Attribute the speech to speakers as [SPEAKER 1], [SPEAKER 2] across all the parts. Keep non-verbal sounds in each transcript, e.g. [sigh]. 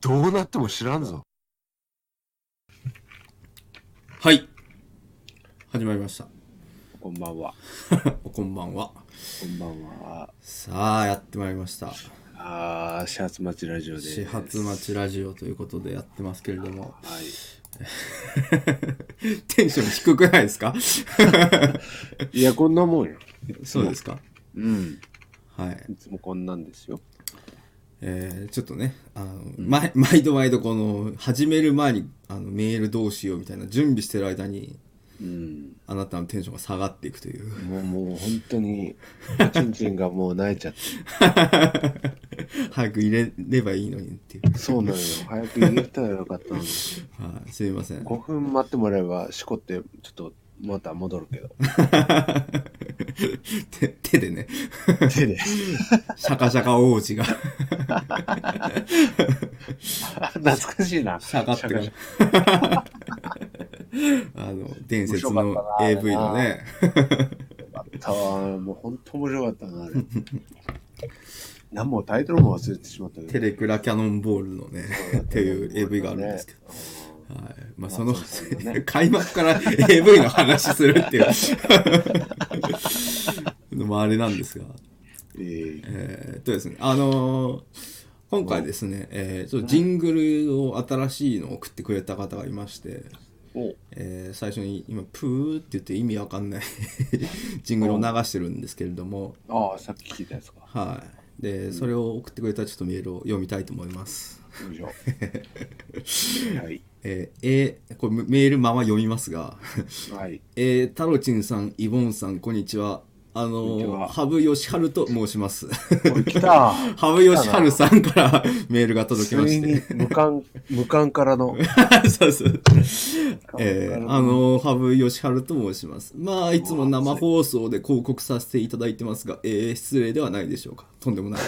[SPEAKER 1] どうなっても知らんぞ。
[SPEAKER 2] はい。始まりました。
[SPEAKER 3] こんばんは。
[SPEAKER 2] おこんばんは。
[SPEAKER 3] こんばんは。
[SPEAKER 2] さあ、やってまいりました。
[SPEAKER 3] あー、始発待ちラジオです。
[SPEAKER 2] 始発待ちラジオということでやってますけれども。
[SPEAKER 3] はい。
[SPEAKER 2] テンション低くないですか [laughs]
[SPEAKER 1] いや、こんなもんよ。
[SPEAKER 2] そうですか
[SPEAKER 3] うん。
[SPEAKER 2] はい。
[SPEAKER 3] いつもこんなんですよ。
[SPEAKER 2] えーちょっとね、あの、毎毎度毎度この、始める前にあのメールどうしようみたいな準備してる間に、
[SPEAKER 3] うん。
[SPEAKER 2] あなたのテンションが下がっていくという。 [laughs]
[SPEAKER 1] もう、もう本当に、チンチンがもう泣いちゃって。
[SPEAKER 2] 早く入れればいいのにっていう。
[SPEAKER 1] そうなのよ。 [laughs] 早く入れたらよかったのに。
[SPEAKER 2] はい、すいません。
[SPEAKER 1] 5分待ってもらえば、しこって、ちょっと、また戻るけ
[SPEAKER 2] [laughs]
[SPEAKER 1] ど。
[SPEAKER 2] [laughs] 手手でね、
[SPEAKER 1] 手で。
[SPEAKER 2] シャカシャカ王
[SPEAKER 1] [laughs]
[SPEAKER 2] 子が。
[SPEAKER 1] 懐かしいな。
[SPEAKER 2] 下がってから。 [laughs] あの、伝説
[SPEAKER 1] 面白か
[SPEAKER 2] の
[SPEAKER 1] ったな
[SPEAKER 2] AV のね。
[SPEAKER 1] たわもう本当面白かったな、あれ。 [laughs] なんもタイトルも忘れてしまったけど。
[SPEAKER 2] テレクラキャノンボールのね、っていう AV があるんですけど。はい。まあ、その、 [laughs] 開幕から AV の話するっていう [laughs] のもあれなんですが。
[SPEAKER 1] えー
[SPEAKER 2] えーっとですね、あのー今回ですね、えーちょっとジングルを新しいのを送ってくれた方がいまして、
[SPEAKER 3] お
[SPEAKER 2] えー最初に今「プー」って言って意味わか
[SPEAKER 3] [laughs]
[SPEAKER 2] んないジングルを流してるんですけれども、
[SPEAKER 3] あー、さっき聞いたやつか。
[SPEAKER 2] はい、でそれを送ってくれたちょっとメールを読みたいと思います。
[SPEAKER 3] よいし
[SPEAKER 2] [laughs]
[SPEAKER 3] ょ。はい。
[SPEAKER 2] えーえーこれメールまま読みますが、
[SPEAKER 3] はい。
[SPEAKER 2] えー、太郎ちんさん、イボンさん、こんにちは。あ
[SPEAKER 3] こんにち
[SPEAKER 2] のー、
[SPEAKER 3] は
[SPEAKER 2] 羽生善治と申します。
[SPEAKER 3] おい、来た。
[SPEAKER 2] 羽生善治さんから [laughs] メールが届き
[SPEAKER 1] つ
[SPEAKER 2] まし
[SPEAKER 1] い
[SPEAKER 2] て。
[SPEAKER 1] に無冠、 [laughs] 無冠からの。
[SPEAKER 2] [laughs] そうそう。えー、あの、羽生善治と申します。まあ、いつも生放送で広告させていただいてますが、えー、失礼ではないでしょうか。とんでもない。 [laughs]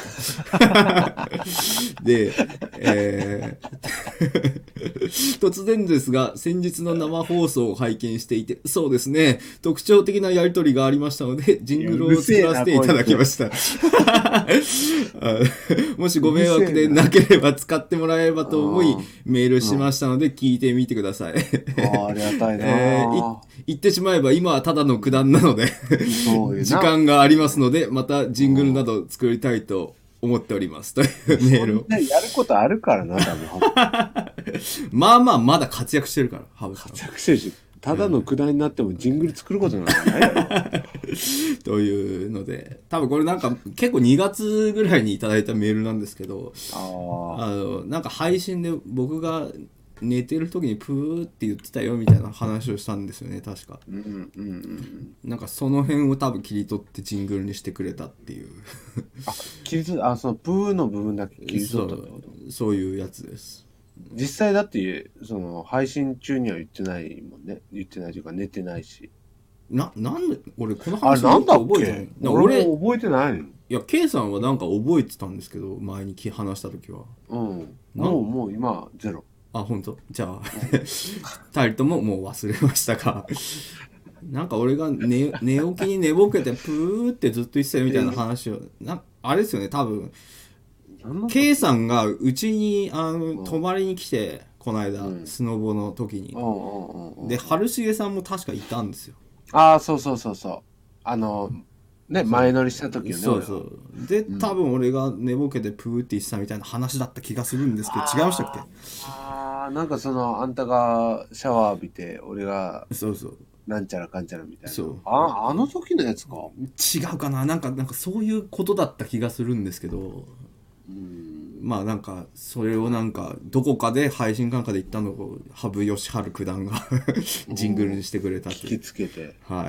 [SPEAKER 2] で、えー [laughs] 突然ですが、先日の生放送を拝見していて、そうですね、特徴的なやりとりがありましたので、ジングルを作らせていただきました。 [laughs] あもしご迷惑でなければ使ってもらえればと思い、メールしましたので、聞いてみてください。 [laughs]
[SPEAKER 1] あーありがたいな、
[SPEAKER 2] えーい言ってしまえば今はただの九段なので
[SPEAKER 1] そういうな
[SPEAKER 2] 時間がありますのでまたジングルなど作りたいと思っております [laughs] というメールを
[SPEAKER 1] ねやることあるからな、多
[SPEAKER 2] [laughs]
[SPEAKER 1] 分。本
[SPEAKER 2] まあまあまだ活躍してるから羽生さ
[SPEAKER 1] 当にしてるしただのくだりになってもジングル作ることなんかないだろ。
[SPEAKER 2] んというので多分これなんか結構2月ぐらいにいただいたメールなんですけど
[SPEAKER 1] あ
[SPEAKER 2] あのなんか配信で僕が寝てる時にプーって言ってたよみたいな話をしたんですよね確か
[SPEAKER 1] ーうんうんうん。
[SPEAKER 2] なんかその辺を多分切り取ってジングルにしてくれたっていう
[SPEAKER 1] あ、切り取あ、そのプーの部分だけ切り
[SPEAKER 2] そ
[SPEAKER 1] 取ったってこと
[SPEAKER 2] うそういうやつです
[SPEAKER 1] 実際だって、その、配信中には言ってないもんね。言ってないというか、寝てないし。
[SPEAKER 2] な、なんで、俺、この
[SPEAKER 1] あれ
[SPEAKER 2] 話
[SPEAKER 1] なんだっ
[SPEAKER 2] 覚えてない
[SPEAKER 1] け
[SPEAKER 2] な
[SPEAKER 1] 俺
[SPEAKER 2] 俺、い
[SPEAKER 1] も覚えてないの。
[SPEAKER 2] や、K さんはなんか覚えてたんですけど、前にき話したときは。
[SPEAKER 1] うん。
[SPEAKER 2] なん
[SPEAKER 1] もう、もう今、ゼロ。
[SPEAKER 2] あ、本当じゃあ、 [laughs] 二人とももう忘れましたか。なんか俺が寝寝起きに寝ぼけて、プーってずっと言ってたよみたいな話を、なあれですよね、多分、
[SPEAKER 1] なんだ
[SPEAKER 2] K さんがうちに、あの、泊まりに来て、この間、
[SPEAKER 1] うん
[SPEAKER 2] スノボの時に
[SPEAKER 1] う。んうんうんうん。
[SPEAKER 2] で、春重さんも確かいたんですよ。
[SPEAKER 1] ああ、そうそうそうそう。あの、ね、前乗りした時よね。
[SPEAKER 2] そうそうで、多分俺が寝ぼけてプーって言ってたみたいな話だった気がするんですけど違いましたっけ
[SPEAKER 1] ああ、なんかその、あんたがシャワー浴びて、俺が
[SPEAKER 2] そうそう
[SPEAKER 1] なんちゃらかんちゃらみたいな。
[SPEAKER 2] そう
[SPEAKER 1] ああの時のやつか。
[SPEAKER 2] 違うかななんかなんかそういうことだった気がするんですけど
[SPEAKER 1] うん。
[SPEAKER 2] まあなんかそれをなんかどこかで配信感化で言ったのを羽生善治九段が [laughs] ジングルにしてくれたって
[SPEAKER 1] 聞
[SPEAKER 2] い
[SPEAKER 1] き
[SPEAKER 2] う。
[SPEAKER 1] つけて。
[SPEAKER 2] は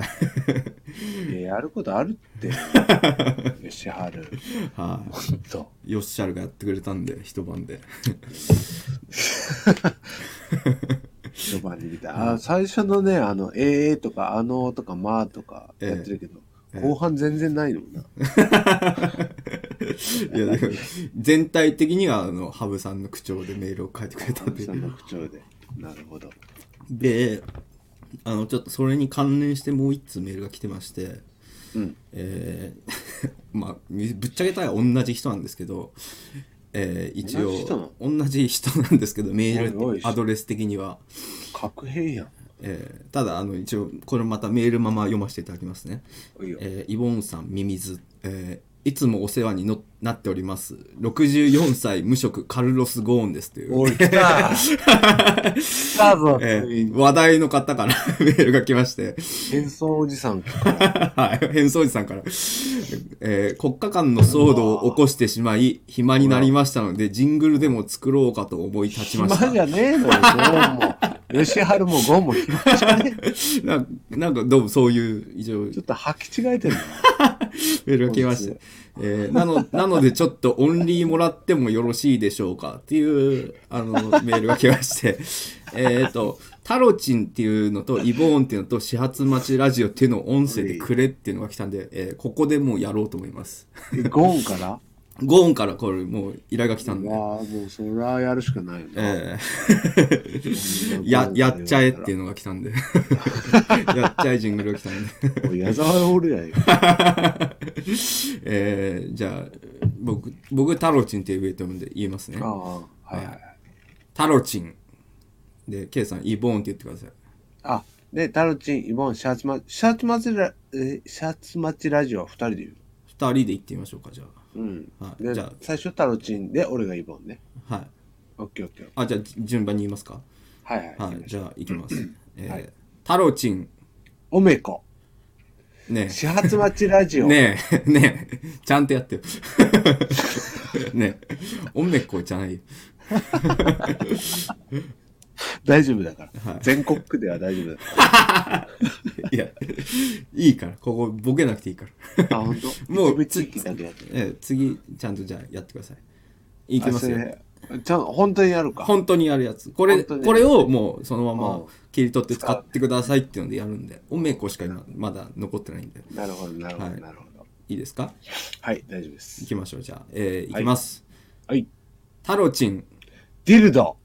[SPEAKER 2] い、
[SPEAKER 1] いややることある [laughs] って。吉春。 [laughs]
[SPEAKER 2] は
[SPEAKER 1] と。
[SPEAKER 2] い、よっしゃるがやってくれたんで一晩 [laughs] で
[SPEAKER 1] 序盤に見た。あ最初のね、あの、ええとか、あのーとか、まあとかやってるけど、後半全然ないのもな。
[SPEAKER 2] いやだから全体的にはあの羽生さんの口調でメールを書いてくれた
[SPEAKER 1] お
[SPEAKER 2] ん
[SPEAKER 1] じ
[SPEAKER 2] で
[SPEAKER 1] さんの口調で。なるほど。
[SPEAKER 2] であのちょっとそれに関連してもう一通メールが来てまして、
[SPEAKER 1] うん
[SPEAKER 2] えー [laughs] まあみぶっちゃけたら同じ人なんですけど、えー一
[SPEAKER 1] 同じ人な
[SPEAKER 2] 応同じ人なんですけどメ
[SPEAKER 1] お
[SPEAKER 2] ー
[SPEAKER 1] いおい
[SPEAKER 2] ルアドレス的には、
[SPEAKER 1] 核兵やん。
[SPEAKER 2] えーただあの一応これまたメールまま読ませていただきますね、
[SPEAKER 1] おいよ。
[SPEAKER 2] えーイボンさんミミズ、えーいつもお世話にのなっております64歳無職カルロス・ゴーンですという
[SPEAKER 1] おい、来た来たぞ、
[SPEAKER 2] え
[SPEAKER 1] つい
[SPEAKER 2] ー
[SPEAKER 1] に。
[SPEAKER 2] 話題の方から [laughs] メールが来まして、
[SPEAKER 1] 変装おじさんから。
[SPEAKER 2] はい、変装おじさんから、えー国家間の騒動を起こしてしまい、暇になりましたので、ジングルでも作ろうかと思い立ちま
[SPEAKER 1] 暇
[SPEAKER 2] した。
[SPEAKER 1] じゃねえのよ、ゴーン [laughs] も。吉春もゴーンも暇じゃねえ。
[SPEAKER 2] ななんか、どうもそういう、以上、メ
[SPEAKER 1] ちょっと履き違えてる
[SPEAKER 2] ールが来まして、えーなの、なのでちょっとオンリーもらってもよろしいでしょうかっていう、あの、メールが来まして、 [laughs] えっと、タロチンっていうのと、イボーンっていうのと、始発待ちラジオっていうのを音声でくれっていうのが来たんで、えーここでもうやろうと思います。
[SPEAKER 1] の。ゴーンから
[SPEAKER 2] ゴーンからこれもう依頼が来たんで。
[SPEAKER 1] わあ、もうそれはやるしかないよな。
[SPEAKER 2] ええや、やっちゃえっていうのが
[SPEAKER 1] [laughs]
[SPEAKER 2] 来たんで。やっちゃえジングルが来たんで。 [laughs]
[SPEAKER 1] おい矢沢おるやよ。
[SPEAKER 2] えーじゃあ、僕、僕、タロチンって言えと思うんで言いますね [laughs]
[SPEAKER 1] あ。あ、はいはいはい。
[SPEAKER 2] タロチン。で、ケイさん、イボーンって言ってください。
[SPEAKER 1] あ、で、タロチン、イボン、シャツマ、シャツマチラ、え、シャツマチラジオは二人で言う。
[SPEAKER 2] 二人で言ってみましょうか、じゃ
[SPEAKER 1] うん。
[SPEAKER 2] あ。はい。
[SPEAKER 1] で
[SPEAKER 2] じゃ、
[SPEAKER 1] 最初タロチンで、俺がイボンね。
[SPEAKER 2] あ、はい。
[SPEAKER 1] オッケーオッケー。
[SPEAKER 2] あ、じゃあ、じ順番に言いますか。
[SPEAKER 1] はいはい。
[SPEAKER 2] はい。じゃあ、行きます。え
[SPEAKER 1] [coughs]
[SPEAKER 2] ー
[SPEAKER 1] はい
[SPEAKER 2] タロチン。
[SPEAKER 1] おめこ。
[SPEAKER 2] ね
[SPEAKER 1] 始発待ちラジオ。
[SPEAKER 2] ねえ、 [laughs] ねえ、ちゃんとやってよ。 [laughs] ねえ、おめっこじゃないよ。
[SPEAKER 1] 大丈夫だから。
[SPEAKER 2] はい
[SPEAKER 1] 全国区では大丈夫だか
[SPEAKER 2] いや、いいから、ここボケなくていいから。 [laughs]
[SPEAKER 1] ら。あ、ほんと
[SPEAKER 2] もう
[SPEAKER 1] 一部地域だけやって。
[SPEAKER 2] ええ次、ちゃんとじゃあやってください。いき
[SPEAKER 1] あ、
[SPEAKER 2] ま
[SPEAKER 1] そ
[SPEAKER 2] すよ。
[SPEAKER 1] れ、ちゃん、本当にやるか。
[SPEAKER 2] 本当にやるやつ。これ、
[SPEAKER 1] 本当にやる
[SPEAKER 2] これをもうそのま
[SPEAKER 1] うん
[SPEAKER 2] ま切り取って使ってくださいっていうのでやるんで、おめこしか今まだ残ってないんで、
[SPEAKER 1] なるほど、なるほど、
[SPEAKER 2] はい
[SPEAKER 1] なるほど。
[SPEAKER 2] いいですか
[SPEAKER 1] はい、大丈夫で
[SPEAKER 2] い
[SPEAKER 1] す。
[SPEAKER 2] きましょう、じゃあ。えーいきます。
[SPEAKER 1] はい。
[SPEAKER 2] タロチン。
[SPEAKER 1] ディルド。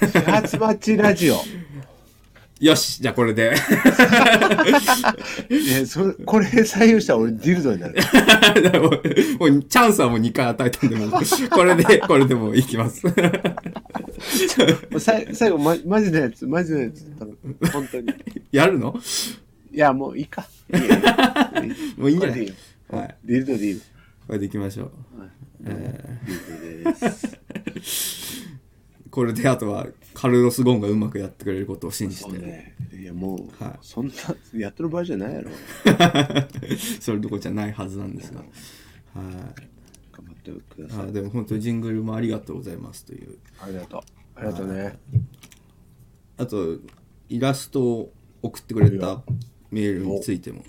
[SPEAKER 1] 始発待ちラジオ。
[SPEAKER 2] よし、じゃあこれで。 [laughs]
[SPEAKER 1] え、それ、これ採用したら俺ディルドになる。
[SPEAKER 2] だからもうもうチャンスはもう2回与えたんで、もうこれで、これでもういきます。 [laughs]
[SPEAKER 1] もうさい最後、ま、マジのやつ、マジのやつ、多分本当に。
[SPEAKER 2] やるの
[SPEAKER 1] いや、もういいか。いいよ
[SPEAKER 2] もういいん
[SPEAKER 1] こ
[SPEAKER 2] じ
[SPEAKER 1] れ
[SPEAKER 2] ゃな
[SPEAKER 1] でいい
[SPEAKER 2] い
[SPEAKER 1] よ。
[SPEAKER 2] はい。
[SPEAKER 1] ディルドでいいよ。
[SPEAKER 2] これでいきましょう。
[SPEAKER 1] ディルドです。
[SPEAKER 2] これであとはカルロス・ゴーンがうまくやってくれることを信じ
[SPEAKER 1] そう
[SPEAKER 2] て
[SPEAKER 1] ね。いや、もう、
[SPEAKER 2] はい
[SPEAKER 1] そんな、やってる場合じゃないやろ。
[SPEAKER 2] [laughs] それどころじゃないはずなんですが、は
[SPEAKER 1] 頑張ってくだ
[SPEAKER 2] い、
[SPEAKER 1] さい。
[SPEAKER 2] あでも本当にジングルもありがとうございますという
[SPEAKER 1] ありがとう。ありがとうね。
[SPEAKER 2] あとイラストを送ってくれたメールについても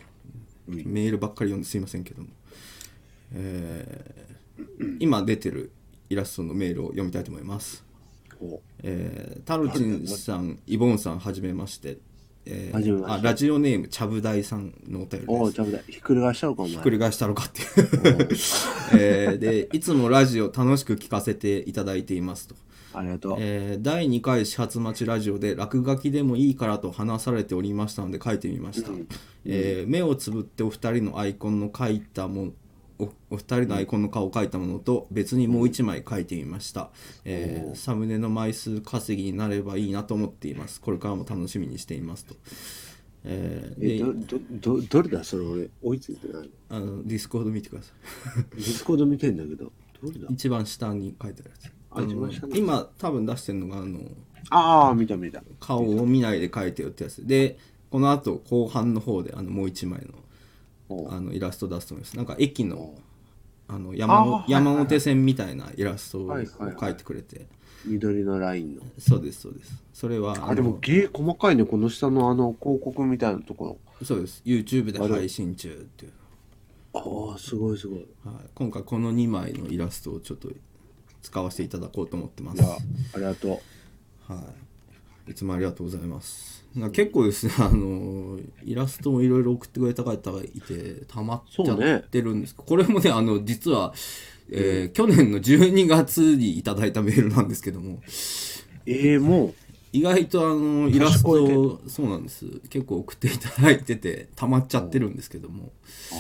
[SPEAKER 1] おうん
[SPEAKER 2] メールばっかり読んですいませんけども、えー今出てるイラストのメールを読みたいと思います
[SPEAKER 1] お
[SPEAKER 2] えータロチンさん、イボンさん、はじめまして。えー
[SPEAKER 1] はじめまして
[SPEAKER 2] あラジオネーム、ちゃぶ台さんのお便り
[SPEAKER 1] おう、
[SPEAKER 2] です。
[SPEAKER 1] ちゃぶだ。ひっくり返しちゃうか、お前。
[SPEAKER 2] ひっくり返したのかっていう、 [laughs] えーで、いつもラジオ楽しく聞かせていただいていますと。
[SPEAKER 1] ありがとう。
[SPEAKER 2] えー第2回始発待ちラジオで落書きでもいいからと話されておりましたので書いてみました、えー目をつぶってお二人のアイコンの書いたものおお二人のアイコンの顔を書いたものと別にもう一枚書いてみました、えーサムネの枚数稼ぎになればいいなと思っていますこれからも楽しみにしていますと、えー
[SPEAKER 1] え、
[SPEAKER 2] で
[SPEAKER 1] ど、ど、ど、どれだそれ俺、追いついてないの。
[SPEAKER 2] あのディスコード見てくださ
[SPEAKER 1] ディスコード見てんだけど、どれだ
[SPEAKER 2] い一番下に書いてあるやつ
[SPEAKER 1] あ一番下に
[SPEAKER 2] の今多分出してるのがあの
[SPEAKER 1] ああ、見た見た。
[SPEAKER 2] 顔を見ないで書いてよってやつでこの後後半の方であのもう一枚
[SPEAKER 1] お
[SPEAKER 2] のあのイラスト出すと思いますなんか駅のあの山の山手線みたいなイラストを
[SPEAKER 1] はいはいはい
[SPEAKER 2] 書いてくれて
[SPEAKER 1] 緑のラインの。
[SPEAKER 2] そうですそうですそれは
[SPEAKER 1] あ、でも、ゲー細かいね。この下のあの、広告みたいなとこ
[SPEAKER 2] あのそうです YouTube で配信中っていう、
[SPEAKER 1] ろ。ああ、すごいすごい。
[SPEAKER 2] はい、今回この2枚のイラストをちょっと使わせていただこうと思ってま
[SPEAKER 1] い
[SPEAKER 2] す
[SPEAKER 1] や、ありがとう。
[SPEAKER 2] はい。いつもありがとうございます。な結構ですね、あのイラストもいろいろ送ってくれた方がいて、たまっちゃ
[SPEAKER 1] そうね
[SPEAKER 2] ってるんですけど、これもね、あの、実は、えー去年の12月にいただいたメールなんですけども、
[SPEAKER 1] ええもう、
[SPEAKER 2] 意外とあの、イラストを、そうなんです。結構送っていただいてて、たまっちゃってるんですけども、
[SPEAKER 1] あ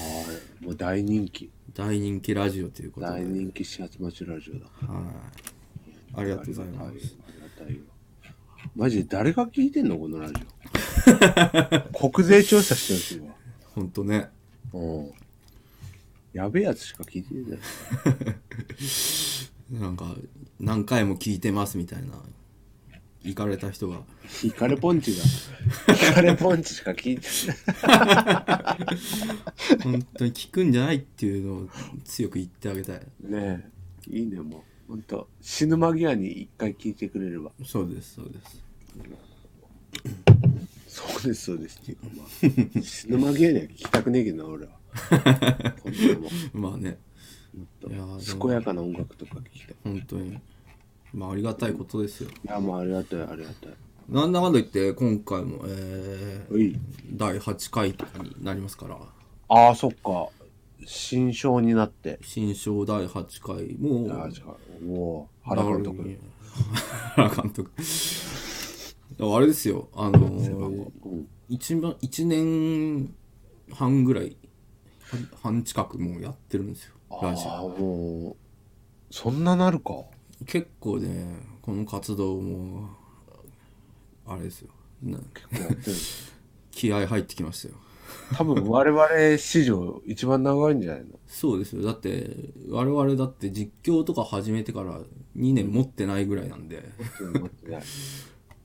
[SPEAKER 1] あもう大人気。
[SPEAKER 2] 大人気ラジオということで。
[SPEAKER 1] 大人気始発町ラジオだ。
[SPEAKER 2] はい。ありがとうございま
[SPEAKER 1] あり
[SPEAKER 2] す。
[SPEAKER 1] がたいよ。マジで誰が聞いてんのこのラジオ。 [laughs] 国税調査してる人は。
[SPEAKER 2] ほんとね。
[SPEAKER 1] うん。やべえやつしか聞いてないじゃん。
[SPEAKER 2] なんか、何回も聞いてますみたいな。行かれた人が。
[SPEAKER 1] イカレポンチが。イカレポンチしか聞いてない。
[SPEAKER 2] 本当に聞くんじゃないっていうのを強く言ってあげたい。
[SPEAKER 1] ねえ、いいね、もう。ほんと、死ぬ間際に一回聞いてくれれば。
[SPEAKER 2] そうです、そうです。
[SPEAKER 1] そうです、そうですっていうか、まあ、死ぬ間際には聞きたくねえけどな、俺は。ほんとも
[SPEAKER 2] まあね、いや
[SPEAKER 1] う、ほ
[SPEAKER 2] ー
[SPEAKER 1] ん
[SPEAKER 2] でも
[SPEAKER 1] と健やかな音楽とか聞きたい。
[SPEAKER 2] 本当に。まあありがたいことですよ。
[SPEAKER 1] いや、もうありがたい、ありがたい。
[SPEAKER 2] なんだかんだ言って、今回も、え
[SPEAKER 1] お
[SPEAKER 2] ー、
[SPEAKER 1] い。
[SPEAKER 2] 第8回になりますから、
[SPEAKER 1] ああ、そっか。新章になって。
[SPEAKER 2] 新章第8回も、
[SPEAKER 1] ああ、違う。おおー、原監督。
[SPEAKER 2] 督。原監督。だからあれですよ、あのー、
[SPEAKER 1] うん。
[SPEAKER 2] 一番一年半ぐらい半半近くもうやってるんですよラジ
[SPEAKER 1] ああ、もう、そんななるか。
[SPEAKER 2] オ結構ねこの活動もあれですよな
[SPEAKER 1] やってる
[SPEAKER 2] 気合入ってきましたよ
[SPEAKER 1] 多分我々史上一番長いんじゃないの
[SPEAKER 2] そうですよだって我々だって実況とか始めてから2年持ってないぐらいなんで
[SPEAKER 1] 持ってない。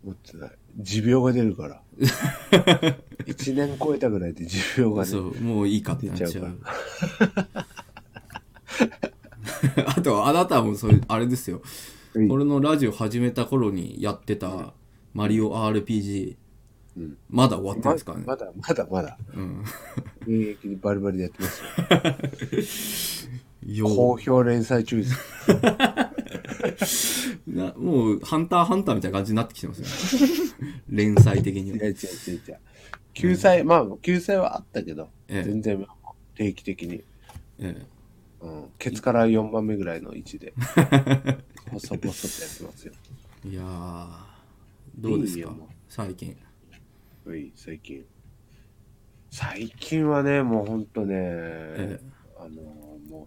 [SPEAKER 1] 持ってない。持病が出るから。1年超えたぐらいで持病が
[SPEAKER 2] そ
[SPEAKER 1] ね。
[SPEAKER 2] うもういいかってなっちゃう
[SPEAKER 1] 出ちゃう
[SPEAKER 2] [laughs] あとあなたもそれあれですよ
[SPEAKER 1] うん
[SPEAKER 2] 俺のラジオ始めた頃にやってた「マリオ RPG、
[SPEAKER 1] うん
[SPEAKER 2] まだ終わってないですからね、
[SPEAKER 1] まだまだまだ。
[SPEAKER 2] うん、
[SPEAKER 1] 現役にバリバリでやってますよ。
[SPEAKER 2] よ
[SPEAKER 1] 好評連載中です。
[SPEAKER 2] うなもう「ハンターハンター」みたいな感じになってきてますよ、
[SPEAKER 1] [laughs]
[SPEAKER 2] ね、連載的
[SPEAKER 1] い
[SPEAKER 2] に
[SPEAKER 1] や違う違う違う。救済、まあ、救済はあったけど、
[SPEAKER 2] ええ
[SPEAKER 1] 全然定期的に。
[SPEAKER 2] え
[SPEAKER 1] うん。ケツから4番目ぐらいの位置で、ボソボソってやってますよ。
[SPEAKER 2] えいやーどうです
[SPEAKER 1] いい
[SPEAKER 2] か
[SPEAKER 1] よもう
[SPEAKER 2] 最近
[SPEAKER 1] はい、最近。最近はね、もうほんとね、
[SPEAKER 2] え
[SPEAKER 1] あのもう、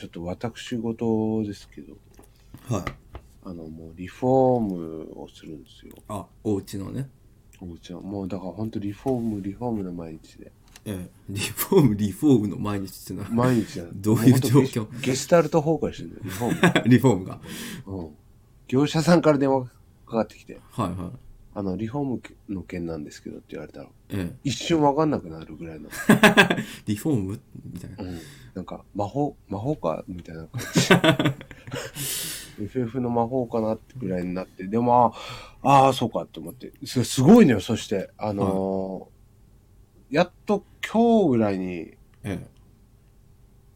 [SPEAKER 1] ちょっと私事ですけど、
[SPEAKER 2] はい
[SPEAKER 1] あの、もうリフォームをするんですよ。
[SPEAKER 2] あお家のね
[SPEAKER 1] おうちは。もうだからほんとリフォーム、リフォームの毎日で。
[SPEAKER 2] ええリフォームリフォームの毎日っていうのは
[SPEAKER 1] 毎日だ
[SPEAKER 2] どういう状況
[SPEAKER 1] もうほんとゲシゲスタルト崩壊してるんだよ、リフォー
[SPEAKER 2] [laughs] リフォームが
[SPEAKER 1] ム。うん。業者さんから電話かかってきて、
[SPEAKER 2] はいはい
[SPEAKER 1] あの、リフォームの件なんですけどって言われたら、
[SPEAKER 2] え
[SPEAKER 1] 一瞬わかんなくなるぐらいの。
[SPEAKER 2] えリフォームみたいな
[SPEAKER 1] うんなんか、魔法、魔法かみたいな感 [laughs] じ。FF の魔法かなってぐらいになって、でも、あああ、そうかって思って。すすごいのよ、そして。あのーやっと今日ぐらいに、
[SPEAKER 2] ええ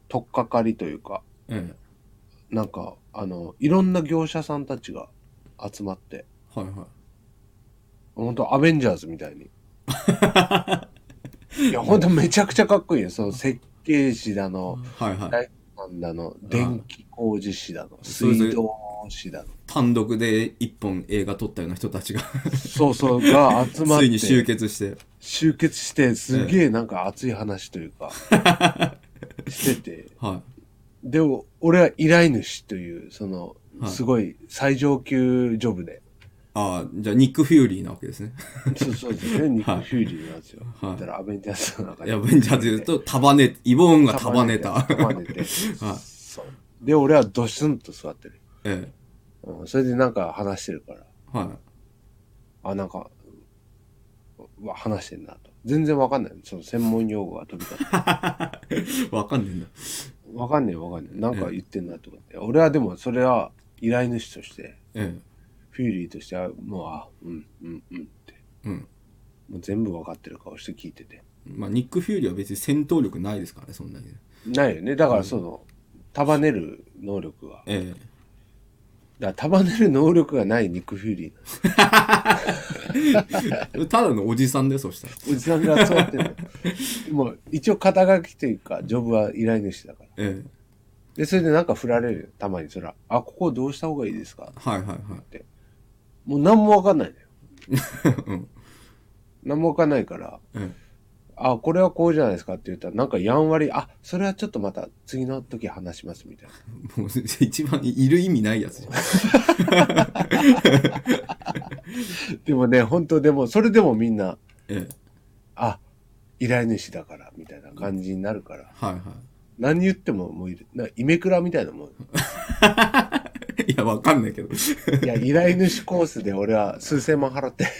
[SPEAKER 1] とっかかりというか、
[SPEAKER 2] え
[SPEAKER 1] なんか、あの、いろんな業者さんたちが集まって、
[SPEAKER 2] えはいはい
[SPEAKER 1] 本当アベンジャーズみたい [laughs] に。いや、本当めちゃくちゃかっこいいよ。その設計士だの、
[SPEAKER 2] はいはい。
[SPEAKER 1] 大工さんだの、電気工事士だの、
[SPEAKER 2] それぞれ
[SPEAKER 1] 水道士だの、
[SPEAKER 2] 単独で一本映画撮ったような人たちが [laughs]
[SPEAKER 1] そうそう、が集まっ
[SPEAKER 2] つ
[SPEAKER 1] て、
[SPEAKER 2] いに集結して。
[SPEAKER 1] 集結して、すげえなんか熱い話というか、 [laughs] してて、
[SPEAKER 2] は
[SPEAKER 1] でも、俺は依頼主という、その
[SPEAKER 2] は、い
[SPEAKER 1] すごい最上級ジョブ
[SPEAKER 2] [laughs]
[SPEAKER 1] で、
[SPEAKER 2] い。ああ、じゃあニック・フューリーなわけですね。
[SPEAKER 1] そうそうですね、ニック・フューリーなんですよ。
[SPEAKER 2] はい
[SPEAKER 1] だからアベンジャーズの中
[SPEAKER 2] やばいんじゃずっと束ね、イボーンが束ねた。
[SPEAKER 1] 束ねて。
[SPEAKER 2] はい
[SPEAKER 1] そうで、俺はドスンと座ってる。
[SPEAKER 2] [laughs] え
[SPEAKER 1] うんそれでなんか話してるから。
[SPEAKER 2] え。は
[SPEAKER 1] あ、なんか、うわ話してんなと。全然わかんない。その専門用語が飛び交
[SPEAKER 2] [laughs]
[SPEAKER 1] って。
[SPEAKER 2] い。わかんねえんだ。
[SPEAKER 1] わかんねえわかんねえ。なんか言ってんなと思って。俺はでもそれは依頼主として、
[SPEAKER 2] え
[SPEAKER 1] フューリーとしてはもう、あ、うん、うん、うんって。
[SPEAKER 2] え。うん。
[SPEAKER 1] もう全部わかってる顔して聞いてて。
[SPEAKER 2] まあ、ニック・フューリーは別に戦闘力ないですからね、そんなにね。
[SPEAKER 1] ないよね。だからその、束ねる能力が。
[SPEAKER 2] え
[SPEAKER 1] だから束ねる能力がないニック・フューリーなの。
[SPEAKER 2] え。ただのおじさんで、そしたら。
[SPEAKER 1] おじさんが座って
[SPEAKER 2] [laughs]
[SPEAKER 1] る。もう一応肩書きというか、ジョブは依頼主だから。
[SPEAKER 2] ええ。
[SPEAKER 1] で、それでなんか振られるよ。たまにそら。あ、ここどうした方がいいですか
[SPEAKER 2] はいはいはい。
[SPEAKER 1] もう何もわかんないのよ。
[SPEAKER 2] うん。
[SPEAKER 1] 何もわかんないから、
[SPEAKER 2] え
[SPEAKER 1] あ、これはこうじゃないですかって言ったら、なんかやんわり、あ、それはちょっとまた次の時話しますみたいな。 [laughs]
[SPEAKER 2] もう一番いる意味ないやつじゃん。
[SPEAKER 1] でもね、本当でも、それでもみんな、
[SPEAKER 2] ええ
[SPEAKER 1] あ、依頼主だから、みたいな感じになるから。
[SPEAKER 2] はいは
[SPEAKER 1] 何言っても、もういる、なイメクラみたいなもん。
[SPEAKER 2] い。いや、わかんないけど。
[SPEAKER 1] いや、依頼主コースで俺は数千万払って。 [laughs]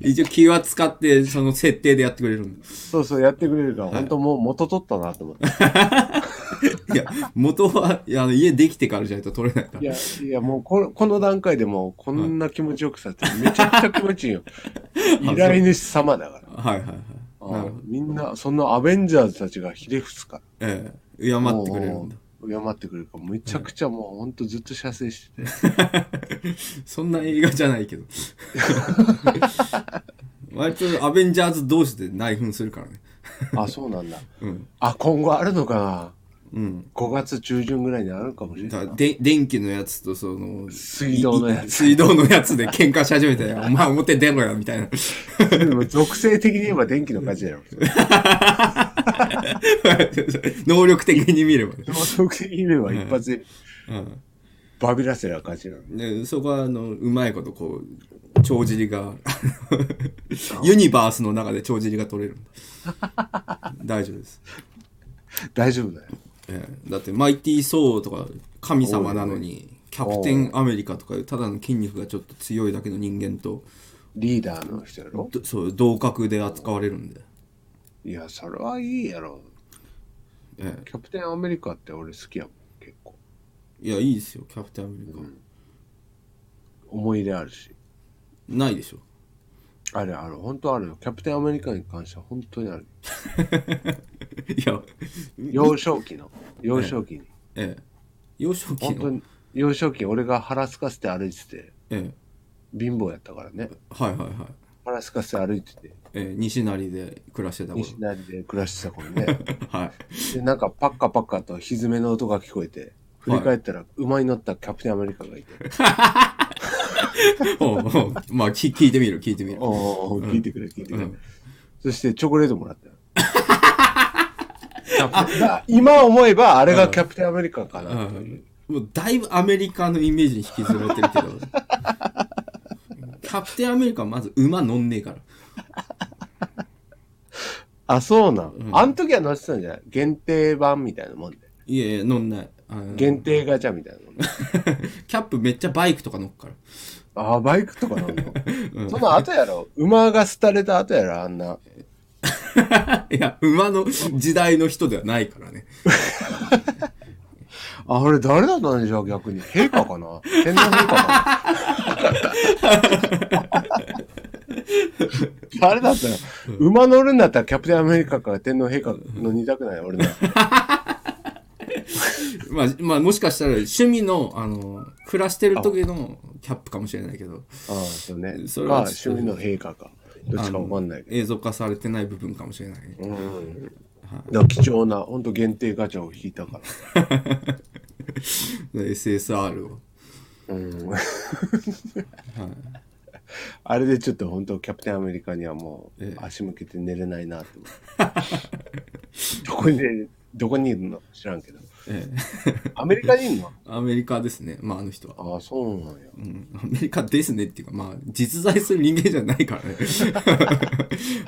[SPEAKER 2] 一応気は使って、その設定でやってくれるんだ。
[SPEAKER 1] そうそう、やってくれるから、本当もう元取ったなと思って。
[SPEAKER 2] いや、元は、いや、あの家できてからじゃないと取れないか
[SPEAKER 1] い
[SPEAKER 2] ら。
[SPEAKER 1] や、いや、もうこ、この段階でもう、こんな気持ちよくさって、めちゃくちゃ気持ち
[SPEAKER 2] [laughs]
[SPEAKER 1] いいよ。依頼主様だから。
[SPEAKER 2] はいはいはい。なるほど。
[SPEAKER 1] みんな、そんなアベンジャーズたちがひれ伏すから。
[SPEAKER 2] ええ。敬ってくれるん
[SPEAKER 1] も
[SPEAKER 2] だ。
[SPEAKER 1] う敬ってくれるから、めちゃくちゃもう、ほんとずっと射精してて。
[SPEAKER 2] そんな映画じゃないけど。割とアベンジャーズ同士で内紛するからね。
[SPEAKER 1] あ、そうなんだ。
[SPEAKER 2] うん。
[SPEAKER 1] あ、今後あるのかな
[SPEAKER 2] うん。
[SPEAKER 1] 5月中旬ぐらいにあるかもしれ
[SPEAKER 2] だ
[SPEAKER 1] な
[SPEAKER 2] か
[SPEAKER 1] い
[SPEAKER 2] ら。で電気のやつとその、
[SPEAKER 1] 水道のやつ
[SPEAKER 2] い水道のやつで喧嘩し始めた
[SPEAKER 1] [laughs]
[SPEAKER 2] よ。お前表出ろよ、みたいな。 [laughs]
[SPEAKER 1] でも属性的に言えば電気の勝ちだよ。
[SPEAKER 2] 能力的に見ればね。
[SPEAKER 1] でも属性的に言えば一発で
[SPEAKER 2] うん
[SPEAKER 1] バビらせら勝ちなの。
[SPEAKER 2] ね、そこはあのうまいことこう帳
[SPEAKER 1] [laughs]
[SPEAKER 2] 尻がユニバースの中で帳尻が取れる大丈夫です、
[SPEAKER 1] 大丈夫だよ。
[SPEAKER 2] ええだってマイティー・ソーとか神様なのにキャプテンアメリカとかいうただの筋肉がちょっと強いだけの人間と
[SPEAKER 1] リーダーの人やろ
[SPEAKER 2] どそう同格で扱われるんで、
[SPEAKER 1] いや、それはいいやろ。
[SPEAKER 2] え
[SPEAKER 1] キャプテンアメリカって俺好きやもん、結構。
[SPEAKER 2] えいやいいですよキャプテンアメリカ、
[SPEAKER 1] 思い入れあるし。
[SPEAKER 2] ないで
[SPEAKER 1] [laughs]
[SPEAKER 2] しょ
[SPEAKER 1] あれある、本当あるよ。キャプテンアメリカに関しては本当にある。
[SPEAKER 2] いや、
[SPEAKER 1] 幼少期の、幼少期に。
[SPEAKER 2] ええ、幼少期
[SPEAKER 1] 本当
[SPEAKER 2] の、
[SPEAKER 1] に、幼少期俺が腹すかせて歩いてて、
[SPEAKER 2] ええ、
[SPEAKER 1] 貧乏やったからね。
[SPEAKER 2] はいはいはい、
[SPEAKER 1] 腹すかせて歩いてて、
[SPEAKER 2] ええ、西成で暮らしてたこ
[SPEAKER 1] 西成で暮らしてた頃ね。
[SPEAKER 2] とはい [laughs]
[SPEAKER 1] で、なんかパッカパッカとひずめの音が聞こえて、振り返ったら馬に乗ったキャプテンアメリカがいて、
[SPEAKER 2] おうおうまあき聞いてみる聞いてみる
[SPEAKER 1] おうおうおう [laughs] 聞いてくれ、聞いてくれ。
[SPEAKER 2] うん
[SPEAKER 1] そしてチョコレートもら [laughs] ったよ。キャプテンあ今思えばあれがキャプテンアメリカか
[SPEAKER 2] う
[SPEAKER 1] な。
[SPEAKER 2] んもうだいぶアメリカのイメージに引きずられてる
[SPEAKER 1] [laughs]
[SPEAKER 2] けどキャプテンアメリカはまず馬乗んねえから
[SPEAKER 1] あ、そうなん。あん時は乗ってたんじゃない限定版みたいなもんで。
[SPEAKER 2] いやいや乗んないあのキ [laughs]
[SPEAKER 1] 限定ガチャみたいなもんで。
[SPEAKER 2] ャップめっちゃバイクとか乗っから
[SPEAKER 1] ああ、バイクとか乗んの、その後やろ。馬が廃れた後やろ、あんな。
[SPEAKER 2] [laughs] いや馬の時代の人ではないからね
[SPEAKER 1] あ、あれ誰だったんでしょう逆に。陛下かな天皇陛下か [laughs] な誰だったの馬乗るんだったらキャプテンアメリカか天皇陛下の二択なんや、俺の。
[SPEAKER 2] まあ、まあ、もしかしたら趣味のあの暮らしてる時のキャップかもしれないけど
[SPEAKER 1] ああ、そうね。
[SPEAKER 2] そ
[SPEAKER 1] そ
[SPEAKER 2] れ
[SPEAKER 1] れ
[SPEAKER 2] は
[SPEAKER 1] は
[SPEAKER 2] ち
[SPEAKER 1] 趣
[SPEAKER 2] ょっと
[SPEAKER 1] 味の陛下か。どっちかわかんないけ
[SPEAKER 2] 映像化されてない部分かもしれないね、
[SPEAKER 1] ど。うん。だから貴重な、ほんと限定ガチャを引いたか
[SPEAKER 2] SSR を
[SPEAKER 1] ら。うん。 [laughs] あれでちょっと本当キャプテンアメリカにはもう足向けて寝れないなって思う。どこに、どこにいるの知らんけど。
[SPEAKER 2] え
[SPEAKER 1] アメリカにいるの
[SPEAKER 2] アメリカですね、まあ、あの人は。
[SPEAKER 1] ああ、そうなんや。
[SPEAKER 2] うん、アメリカですねっていうか、まあ、実在する人間じゃないか
[SPEAKER 1] [laughs]
[SPEAKER 2] らね。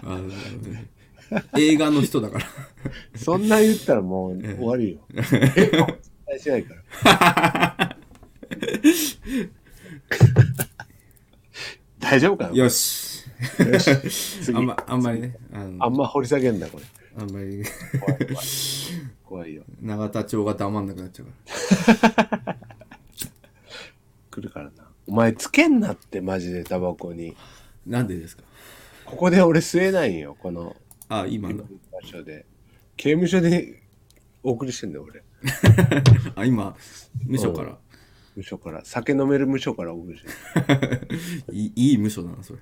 [SPEAKER 2] あの映画の人だから。
[SPEAKER 1] そんな言ったらもう終わり
[SPEAKER 2] [laughs]
[SPEAKER 1] よ。え、もう絶対しないから。大丈夫かな
[SPEAKER 2] よし。
[SPEAKER 1] よし次
[SPEAKER 2] あんま、あんまりね、あの
[SPEAKER 1] あんま掘り下げんな、これ。
[SPEAKER 2] あんまり、
[SPEAKER 1] 怖いよ。
[SPEAKER 2] 永田町が黙んなくなっちゃうから。
[SPEAKER 1] 来るからな。お前つけんなって、マジでタバコに。
[SPEAKER 2] なんでですか
[SPEAKER 1] ここで俺吸えないんよ、この
[SPEAKER 2] あ、
[SPEAKER 1] [laughs]
[SPEAKER 2] 今の。
[SPEAKER 1] 場所で。刑務所でお送りしてんだよ、俺。
[SPEAKER 2] あ、今、無所から。
[SPEAKER 1] 無所から。酒飲める無所からお送りしてる。
[SPEAKER 2] [laughs] いいいい無所だな、それ。